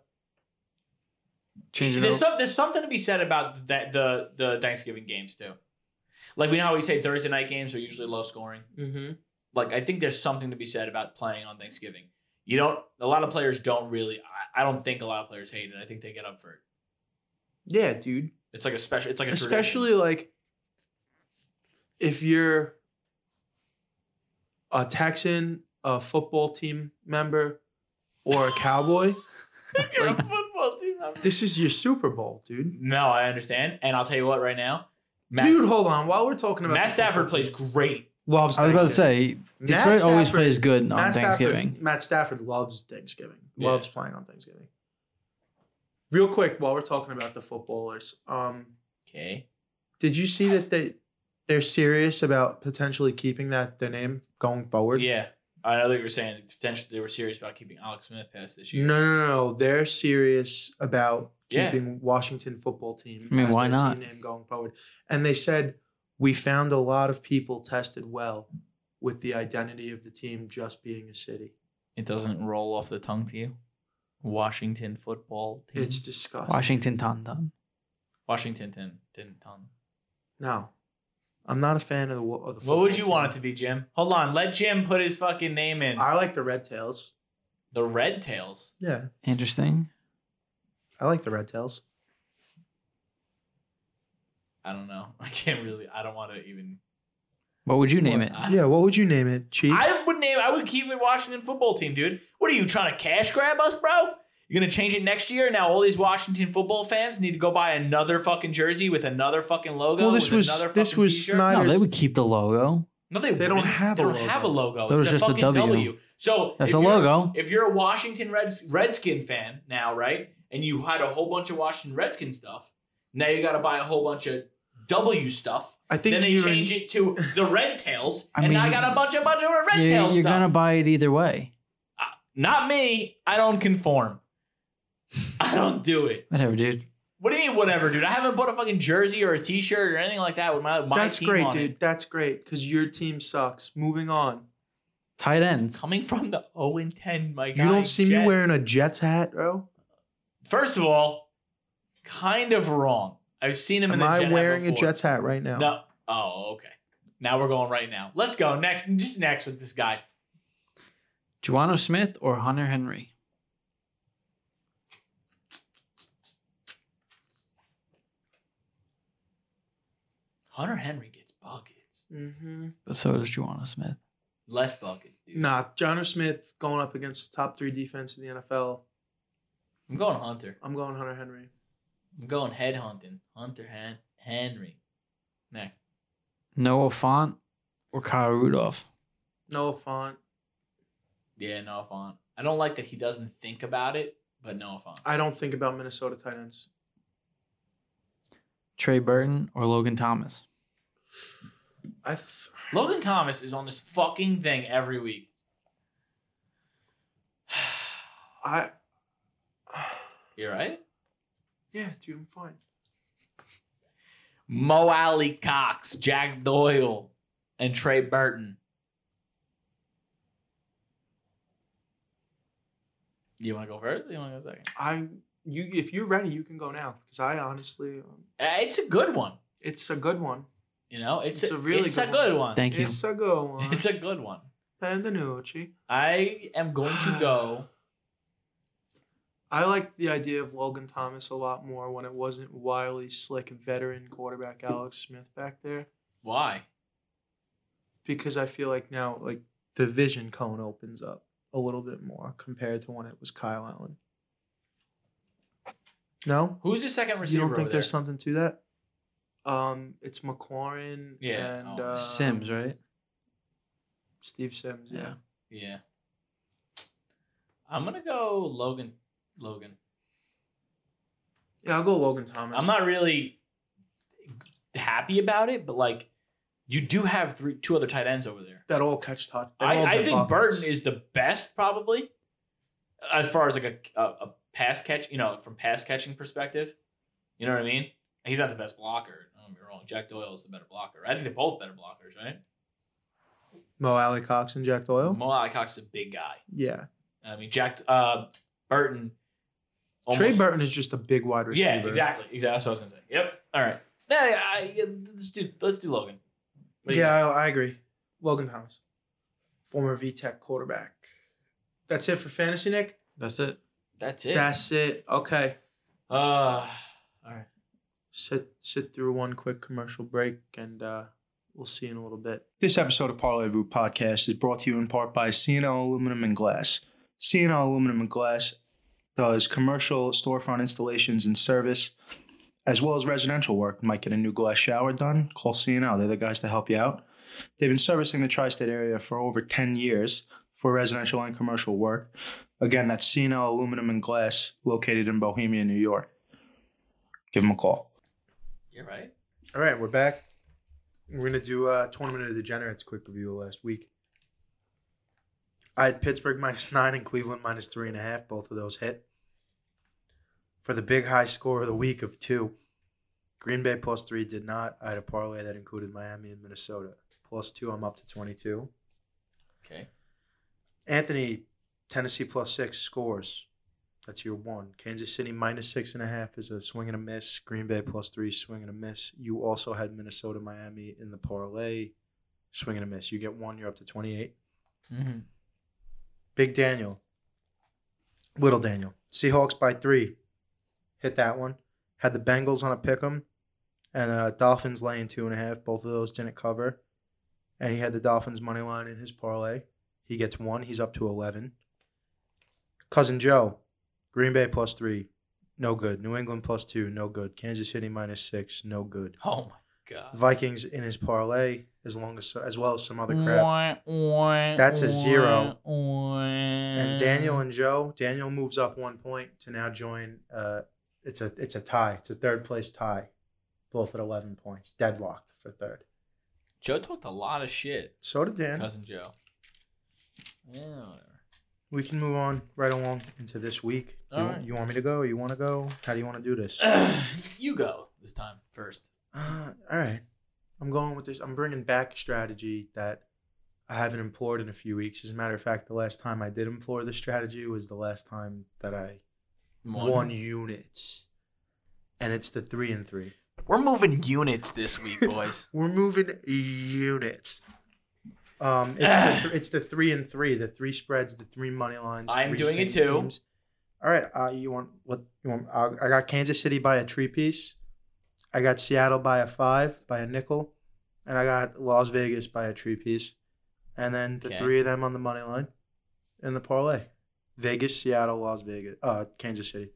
H: Changing
D: There's,
H: it.
D: some, there's something to be said about that the the Thanksgiving games too. Like we know how we say Thursday night games are usually low scoring.
C: Mm-hmm.
D: Like I think there's something to be said about playing on Thanksgiving. You don't. A lot of players don't really. I, I don't think a lot of players hate it. I think they get up for it.
C: Yeah, dude.
D: It's like a special. It's like a
C: especially like if you're a Texan, a football team member, or a Cowboy.
D: tradition.
C: like-
D: football team. I'm-
C: this is your Super Bowl, dude.
D: No, I understand, and I'll tell you what. Right now, Matt,
C: dude, hold on. While we're talking about
D: Matt
C: the
D: Stafford
C: football
D: plays
C: team,
D: great.
C: loves.
H: I was about to
C: Thanksgiving.
H: say
C: Matt
H: Detroit always
C: Stafford-
H: plays good on
C: Matt
H: Thanksgiving.
C: Stafford, Matt Stafford loves Thanksgiving.
D: Yeah.
C: Loves playing on Thanksgiving. Real quick, while we're talking about the footballers, um,
D: Okay.
C: did you see that they they're serious about potentially keeping that their name going forward?
D: Yeah. I know that you were saying potentially they were serious about keeping Alex Smith past this year.
C: No, no, no, no. They're serious about
D: Yeah.
C: keeping Washington football team.
H: I mean,
C: as
H: why
C: their
H: not?
C: Team name going forward, and they said we found a lot of people tested well with the identity of the team just being a city.
D: It doesn't roll off the tongue to you. Washington football team.
C: It's disgusting.
H: Mm-hmm. Washington Tondon.
D: Washington tin tin tongue.
C: No, I'm not a fan of the. wa- Of the
D: What would
C: football
D: you
C: team.
D: want it to be, Jim? Hold on, let Jim put his fucking name in.
C: I like the Red Tails.
D: The Red Tails.
C: Yeah,
H: Interesting.
C: I like the Red Tails.
D: I don't know. I can't really. I don't want to even.
H: What would you name
D: What?
H: it?
D: I-
C: Yeah, what would you name it, Chief?
D: I would name. I would keep it Washington football team, dude. What are you trying to cash grab us, bro? You're gonna change it next year. Now all these Washington football fans need to go buy another fucking jersey with another fucking logo.
C: Well, this
D: with
C: was-
D: another
C: this
D: fucking
C: was
D: t-shirt.
C: Snyder-
H: No, they
C: Niners-
H: would keep the logo.
D: No, they,
C: They don't
D: wouldn't.
C: have
D: They
C: a
D: don't
C: logo.
D: have a logo.
H: That was
D: it's
H: just
D: the
H: the
D: fucking
H: W.
D: So
H: That's
D: if
H: a
D: you're-
H: logo.
D: If you're a Washington Reds Redskin fan now, right, and you had a whole bunch of Washington Redskin stuff, now you got to buy a whole bunch of W stuff.
C: I think
D: Then they
C: you
D: change it to the Red Tails,
H: I
D: and now I
H: mean,
D: got a bunch of bunch of Red
H: You're,
D: Tails
H: you're
D: stuff.
H: gonna buy it either way.
D: Not me. I don't conform. I don't do it.
H: Whatever, dude.
D: What do you mean, whatever, dude? I haven't bought a fucking jersey or a T-shirt or anything like that with my my
C: That's
D: team
C: great,
D: on
C: dude.
D: it.
C: That's great because your team sucks. Moving on.
H: Tight ends.
D: Coming from the 0 and 10, my guy.
C: You don't see me
D: Jets.
C: wearing a Jets hat, bro.
D: First of all, kind of wrong. I've seen him
C: Am
D: in a
C: I
D: jet hat
C: wearing a
D: before.
C: Jets hat right now?
D: No. Oh, okay. Now we're going right now. Let's go next. Just next with this guy.
H: Juano Smith or Hunter Henry?
D: Hunter Henry gets buckets.
C: Mm-hmm.
H: But so does Juano Smith.
D: Less buckets, dude.
C: Nah, John O. Smith going up against the top three defense in the NFL.
D: I'm going Hunter.
C: I'm going Hunter Henry.
D: I'm going head hunting. Hunter Hen- Henry. Next.
H: Noah Font or Kyle Rudolph?
C: Noah Font.
D: Yeah, Noah Font. I don't like that he doesn't think about it, but Noah Font.
C: I don't think about Minnesota tight ends.
H: Trey Burton or Logan Thomas?
C: I th-
D: Logan Thomas is on this fucking thing every week.
C: I
D: You right?
C: yeah, dude, I'm fine.
D: Mo Alley Cox, Jack Doyle, and Trey Burton. You want to go first? Or you want to go second?
C: I you if you're ready, you can go now because I honestly, um,
D: Uh, It's a good one.
C: it's a good one.
D: You know, it's,
C: It's
D: a,
C: a really
D: it's
C: good
D: a
C: one.
D: good one.
H: Thank you.
C: It's a good one.
D: It's a good one.
C: Benvenucci.
D: I am going to go.
C: I liked the idea of Logan Thomas a lot more when it wasn't wily, slick, veteran quarterback Alex Smith back there
D: Why?
C: because I feel like now like the vision cone opens up a little bit more compared to when it was Kyle Allen. No,
D: Who's the second
C: you
D: receiver?
C: don't think
D: over there?
C: there's something to that? Um, it's McLaurin
D: Yeah,
C: and
D: oh,
C: uh,
H: Sims, right?
C: Steve Sims. Yeah.
H: Yeah.
C: Mm-hmm.
D: Yeah. I'm gonna go Logan. Logan.
C: Yeah, I'll go Logan Thomas.
D: I'm not really happy about it, but like you do have three two other tight ends over there.
C: that all catch touch. that all
D: I, I
C: get
D: think
C: buckets.
D: Burton is the best probably as far as like a, a, a pass catch, you know, from pass catching perspective. You know what I mean? He's not the best blocker. Don't get me wrong. Jack Doyle is the better blocker. I think they're both better blockers, right?
C: Mo Alley Cox and Jack Doyle.
D: Mo Alley Cox is a big guy.
C: yeah,
D: I mean, Jack uh, Burton.
C: Trey
D: almost-
C: Burton is just a big wide receiver.
D: Yeah, exactly. Exactly. That's what I was gonna say. Yep. All right. Yeah, yeah, I- yeah, let's do let's do Logan. What do you
C: Yeah, I, I agree. Logan Thomas, former VTech quarterback. That's it for fantasy, Nick.
H: That's it.
D: think? that's it.
C: That's it. Okay,
D: uh, all right.
C: sit sit through one quick commercial break, and uh, we'll see you in a little bit.
J: This episode of Parlay Root Podcast is brought to you in part by CNL Aluminum and Glass. CNL Aluminum and Glass does commercial storefront installations and service, as well as residential work. You Might get a new glass shower done. Call CNL; they're the guys to help you out. They've been servicing the tri-state area for over 10 years for residential and commercial work. Again, that's CNL Aluminum and Glass, located in Bohemia, New York. Give them a call.
D: You're right.
C: All right, we're back. uh, We're gonna do a tournament of degenerates quick review of last week. I had Pittsburgh minus nine and Cleveland minus three and a half. Both of those hit. For the big high score of the week of two, Green Bay plus three did not. I had a parlay that included Miami and Minnesota. Plus two, I'm up to 22.
A: Okay.
C: Anthony, Tennessee plus six scores. That's your one. Kansas City minus six and a half is a swing and a miss. Green Bay plus three, swing and a miss. You also had Minnesota, Miami in the parlay, swing and a miss. You get one, you're up to 28.
E: Mm-hmm.
C: Big Daniel. Little Daniel. Seahawks by three. Hit that one. Had the Bengals on a pick 'em. And uh, Dolphins laying two and a half. Both of those didn't cover. And he had the Dolphins money line in his parlay. He gets one. He's up to 11. Cousin Joe. Green Bay plus three. No good. New England plus two. No good. Kansas City minus six. No good.
F: Oh my.
A: God.
C: Vikings in his parlay, as long as as well as some other crap.
E: crap.
C: That's a zero.
E: And
D: Mm.
C: And Daniel and Joe, Daniel moves up one point to now join. Uh, it's a it's a tie. It's a third place tie, both at eleven points, deadlocked for third.
A: Joe talked a lot of shit.
C: So did Dan.
A: Cousin Joe. Yeah, whatever.
C: We can move on right along into this week. You,
D: All right.
C: you want me to go? You want to go? How do you want to do this?
D: you go this time first.
C: Uh, all right. I'm going with this. I'm bringing back a strategy that I haven't employed in a few weeks. As a matter of fact, the last time I did employ this strategy was the last time that I won, units, and it's the three and three.
D: We're moving units this week, boys.
C: We're moving units. Um, it's the th- it's the three and three, the three spreads, the three money lines.
D: I'm
C: three
D: doing it
C: same
D: too.
C: teams. All right, uh, you want what you want? I, I got Kansas City by a three piece. I got Seattle by a five, by a nickel, and I got Las Vegas by a three piece, and then the
A: Okay.
C: three of them on the money line, in the parlay. Vegas, Seattle, Las Vegas, uh, Kansas City.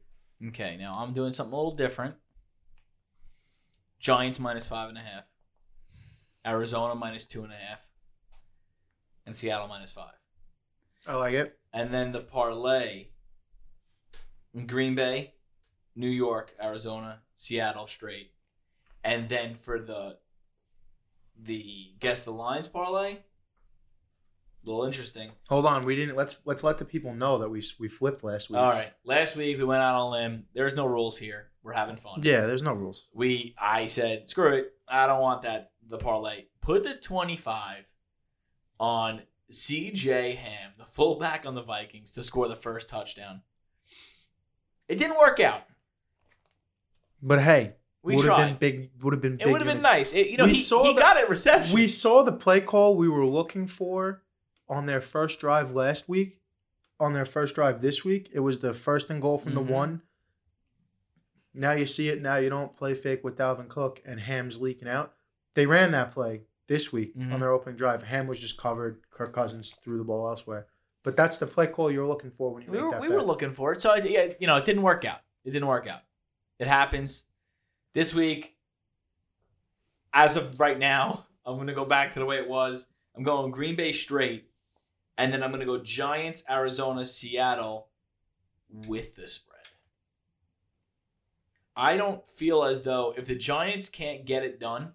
A: Okay, now I'm doing something a little different. Giants minus five and a half. Arizona minus two and a half. And Seattle minus five.
C: I like it.
A: And then the parlay. Green Bay, New York, Arizona, Seattle straight. And then for the the guess the lines parlay. little interesting.
C: Hold on, we didn't. Let's let's let the people know that we s- we flipped last week.
A: All right. Last week we went out on a limb. There's no rules here. We're having fun.
C: Yeah, there's no rules.
A: we I said, screw it, I don't want that the parlay. Put the 25 on CJ Ham, the fullback on the Vikings, to score the first touchdown. It didn't work out.
C: But hey,
A: We
C: would
A: tried.
C: have been big. Would have been.
A: it would have been nice. It- you know,
C: We
A: he,
C: saw
A: he
C: the-
A: got it reception.
C: We saw the play call we were looking for on their first drive last week. On their first drive this week, it was the first and goal from
A: Mhm.
C: the one. Now you see it. Now you don't play fake with Dalvin Cook and Ham's leaking out. They ran that play this week
A: Mhm.
C: on their opening drive. Ham was just covered. Kirk Cousins threw the ball elsewhere. But that's the play call you're looking for when you
A: we
C: make
A: were,
C: that
A: we
C: bet.
A: were looking for it. So I, yeah, you know, it didn't work out. It didn't work out. It happens this week. As of right now, I'm gonna go back to the way it was. I'm going Green Bay straight, and then I'm gonna go Giants, Arizona, Seattle with the spread. I don't feel as though if the Giants can't get it done.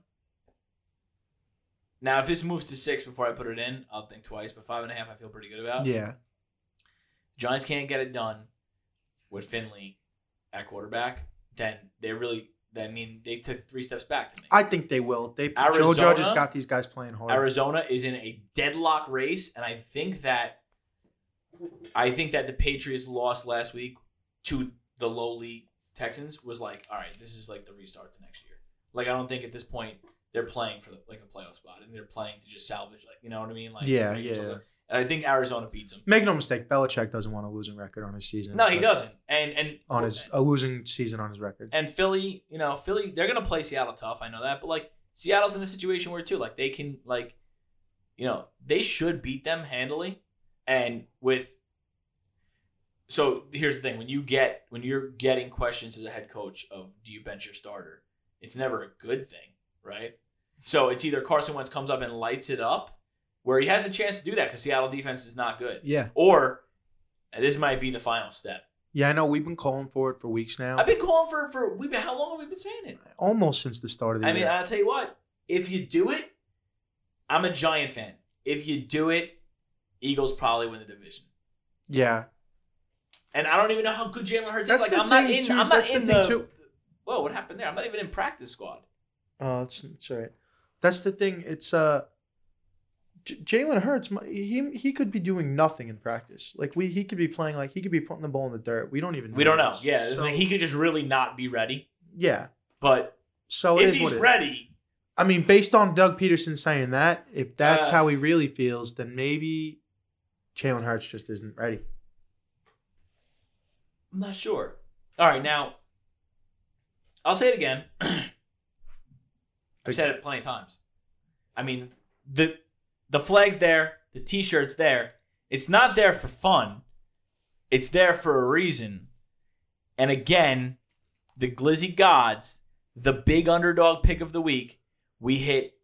A: Now, if this moves to six before I put it in, I'll think twice. But five and a half, I feel pretty good about.
C: yeah,
A: Giants can't get it done with Finley at quarterback, then they really, I mean, they took three steps back to me.
C: I think they will. They Joe Judge has
A: Arizona?
C: got these guys playing hard.
A: Arizona is in a deadlock race, and I think that, I think that the Patriots lost last week to the lowly Texans was like, all right, this is like the restart to next year. Like, I don't think at this point they're playing for like a playoff spot, and they're playing to just salvage, like, you know what I mean? Like,
C: yeah,
A: make
C: yeah.
A: something. And I think Arizona beats them.
C: Make no mistake, Belichick doesn't want a losing record on his season.
A: No, he
C: but-
A: doesn't. And and
C: on his a losing season on his record.
A: And Philly, you know, Philly, they're gonna play Seattle tough. I know that, but like Seattle's in a situation where too, like they can, like, you know, they should beat them handily. And with, so here's the thing: when you get when you're getting questions as a head coach of do you bench your starter, it's never a good thing, right? So it's either Carson Wentz comes up and lights it up, where he has a chance to do that because Seattle defense is not good,
C: Yeah,
A: or and this might be the final step.
C: yeah, I know. We've been calling for it for weeks now,
A: I've been calling for for we how long have we been saying it?
C: almost since the start of the
A: I mean,
C: year.
A: I'll tell you what. If you do it, I'm a Giant fan. If you do it,
D: Eagles probably win the division.
C: Yeah.
D: And I don't even know how good Jalen Hurts
C: That's
D: is. Like
C: the
D: I'm not
C: thing,
D: in.
C: too.
D: I'm not
C: That's the
D: in
C: thing,
D: the.
C: too.
D: Whoa, what happened there? I'm not even in practice squad.
C: Oh, it's, it's all right. That's the thing. It's uh, J- Jalen Hurts. mi- He he could be doing nothing in practice. Like we, he could be playing. Like he could be putting the ball in the dirt. We don't even.
D: We don't know. Yeah,
C: So,
D: he could just really not be ready.
C: yeah.
D: But
C: So it
D: if
C: is what
D: he's
C: it is.
D: ready,
C: I mean, based on Doug Peterson saying that, if that's
D: Uh.
C: how he really feels, then maybe Jalen Hurts just isn't ready.
D: I'm not sure. All right, now I'll say it again. I've said it plenty of times. I mean, the the flag's there, the t-shirt's there. It's not there for fun. It's there for a reason. And again, the Glizzy Gods, the big underdog pick of the week, we hit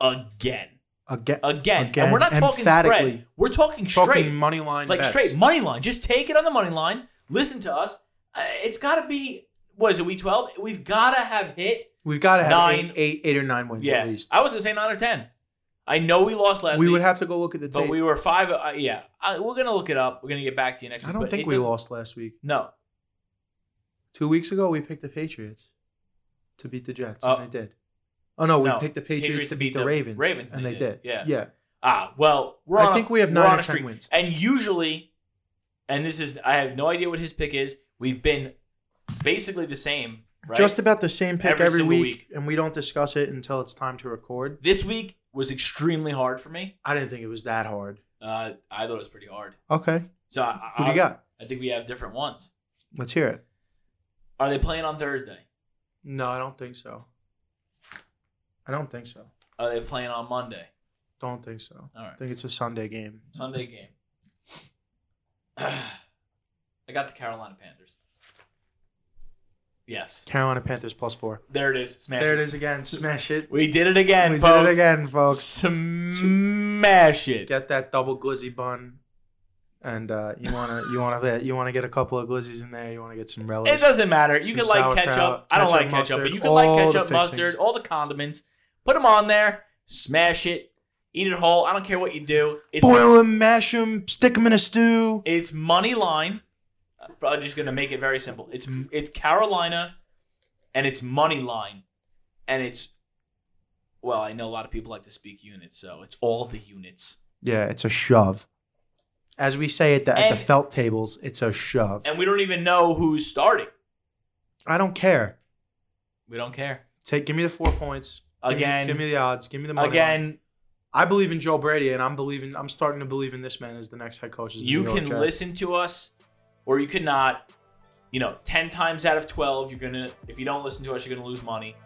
D: again.
C: Again,
D: Again.
C: Again,
D: And we're not talking
C: emphatically.
D: spread. We're talking Uh, straight
C: talking money line.
D: like
C: bets.
D: straight money line. Just take it on the money line. Listen to us. Uh, It's got to be what is it? Week twelve. We've got to have hit.
C: We've got to have
D: Nine-
C: eight, eight, eight or nine wins
D: yeah,
C: at least.
D: I was gonna say nine or ten. I know we lost last
C: we
D: week,
C: would have to go look at the
D: but
C: tape.
D: we were five. Uh, yeah, I, we're gonna look it up. We're gonna get back to you next.
C: I
D: week,
C: don't
D: but
C: think
D: it
C: we
D: doesn't-
C: lost last week.
D: No.
C: Two weeks ago, we picked the Patriots to beat the Jets,
D: Oh.
C: and they did. Oh no, we
D: No,
C: picked the Patriots, to beat the, Ravens,
D: Ravens,
C: and they, did.
D: Yeah.
C: yeah.
D: Ah, well, we're
C: I
D: on a-
C: think we have
D: we're
C: nine
D: on
C: or
D: a
C: ten
D: streak.
C: wins.
D: And usually, and this is I have no idea what his pick is. We've been basically the same. Right?
C: Just about the same pick
D: Every
C: every,
D: single
C: week,
D: week.
C: and we don't discuss it until it's time to record.
D: this week was extremely hard for me.
C: I didn't think it was that hard.
D: Uh, I thought it was pretty hard.
C: Okay,
D: So I,
C: who
D: I,
C: do you got?
D: I think we have different ones.
C: Let's hear it.
D: Are they playing on Thursday?
C: No, I don't think so. I don't think so.
D: Are they playing on Monday?
C: Don't think so.
D: All
C: I
D: right,
C: think it's a Sunday game.
D: Sunday game. I got the Carolina Panthers. Yes,
C: Carolina Panthers plus four.
D: there it is. Smash
C: There it
D: it.
C: is again. Smash it.
D: We did it again,
C: we
D: folks.
C: did it again, folks.
D: Smash it.
C: get that double glizzy bun, and uh, you wanna you wanna you wanna get a couple of glizzies in there. You wanna get some relish.
D: It doesn't matter. You
C: Some
D: can like ketchup.
C: sauerkraut,
D: I don't
C: ketchup,
D: like ketchup,
C: mustard,
D: but you can
C: all
D: like
C: the
D: ketchup, mustard,
C: fixings.
D: all the condiments. Put them on there. Smash it. Eat it whole. I don't care what you do. It's
C: Boil them, mash them, stick them in a stew.
D: It's money line. Uh, I'm just gonna make it very simple. It's it's Carolina, and it's money line, and it's well, I know a lot of people like to speak units, so it's all the units.
C: Yeah, it's a shove. As we say at the, at the
D: And-
C: felt tables, it's a shove.
D: And we don't even know who's starting.
C: I don't care.
D: We don't care.
C: Take give me the four points Give me-
D: Again,
C: Give me, the odds. Give me the money. line.
D: again,
C: I believe in Joe Brady, and I'm believing. I'm starting to believe in this man as the next head coach. Is the
D: you
C: New York
D: can
C: Jets.
D: listen to us, or you could not. You know, ten times out of twelve, you're gonna if you don't listen to us, you're gonna lose money.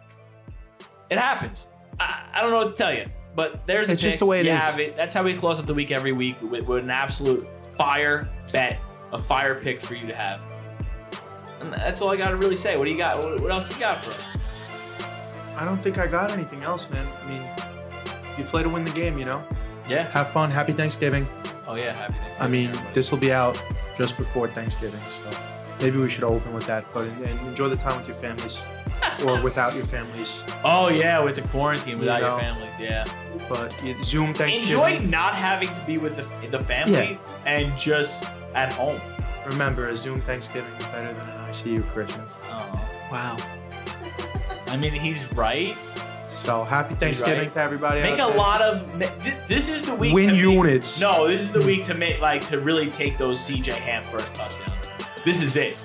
D: It happens. I, I don't know what to tell you, but there's the
C: It's just
D: pick.
C: the way it
D: you
C: is.
D: have it. That's how we close up the week every week with, with an absolute fire bet, a fire pick for you to have. And that's all I gotta really say. What do you got? What, what else you got for us?
C: I don't think I got anything else, man. I mean, you play to win the game, you know.
D: Yeah.
C: Have fun. Happy Thanksgiving.
D: Oh yeah, happy
C: I
D: Thanksgiving,
C: mean,
D: everybody.
C: this will be out just before Thanksgiving, so maybe we should open with that. But and enjoy the time with your families, or without your families.
D: Oh yeah, with the quarantine without
C: You
D: your
C: know.
D: families, yeah.
C: But you- Zoom
D: enjoy
C: Thanksgiving.
D: not having to be with the, the family and just at home.
C: Remember, a Zoom Thanksgiving is better than an ICU Christmas.
H: Wow.
D: I mean, he's right.
C: So happy Thanksgiving
D: right.
C: to everybody.
D: Make a
C: out there.
D: lot of. thi- This is the week.
C: Win
D: to make-
C: units.
D: no, this is the week to make like to really take those CJ Ham first touchdowns. This is it.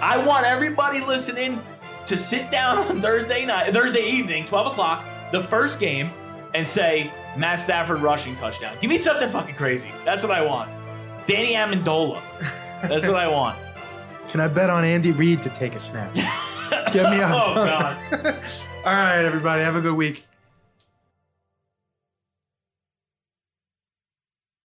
D: I want everybody listening to sit down on Thursday night, Thursday evening, twelve o'clock, the first game, and say Matt Stafford rushing touchdown. Give me something fucking crazy. That's what I want. Danny Amendola. That's what I want.
C: Can I bet on Andy Reid to take a snap? Get me out.
D: Oh, God.
C: All right, everybody. Have a good week.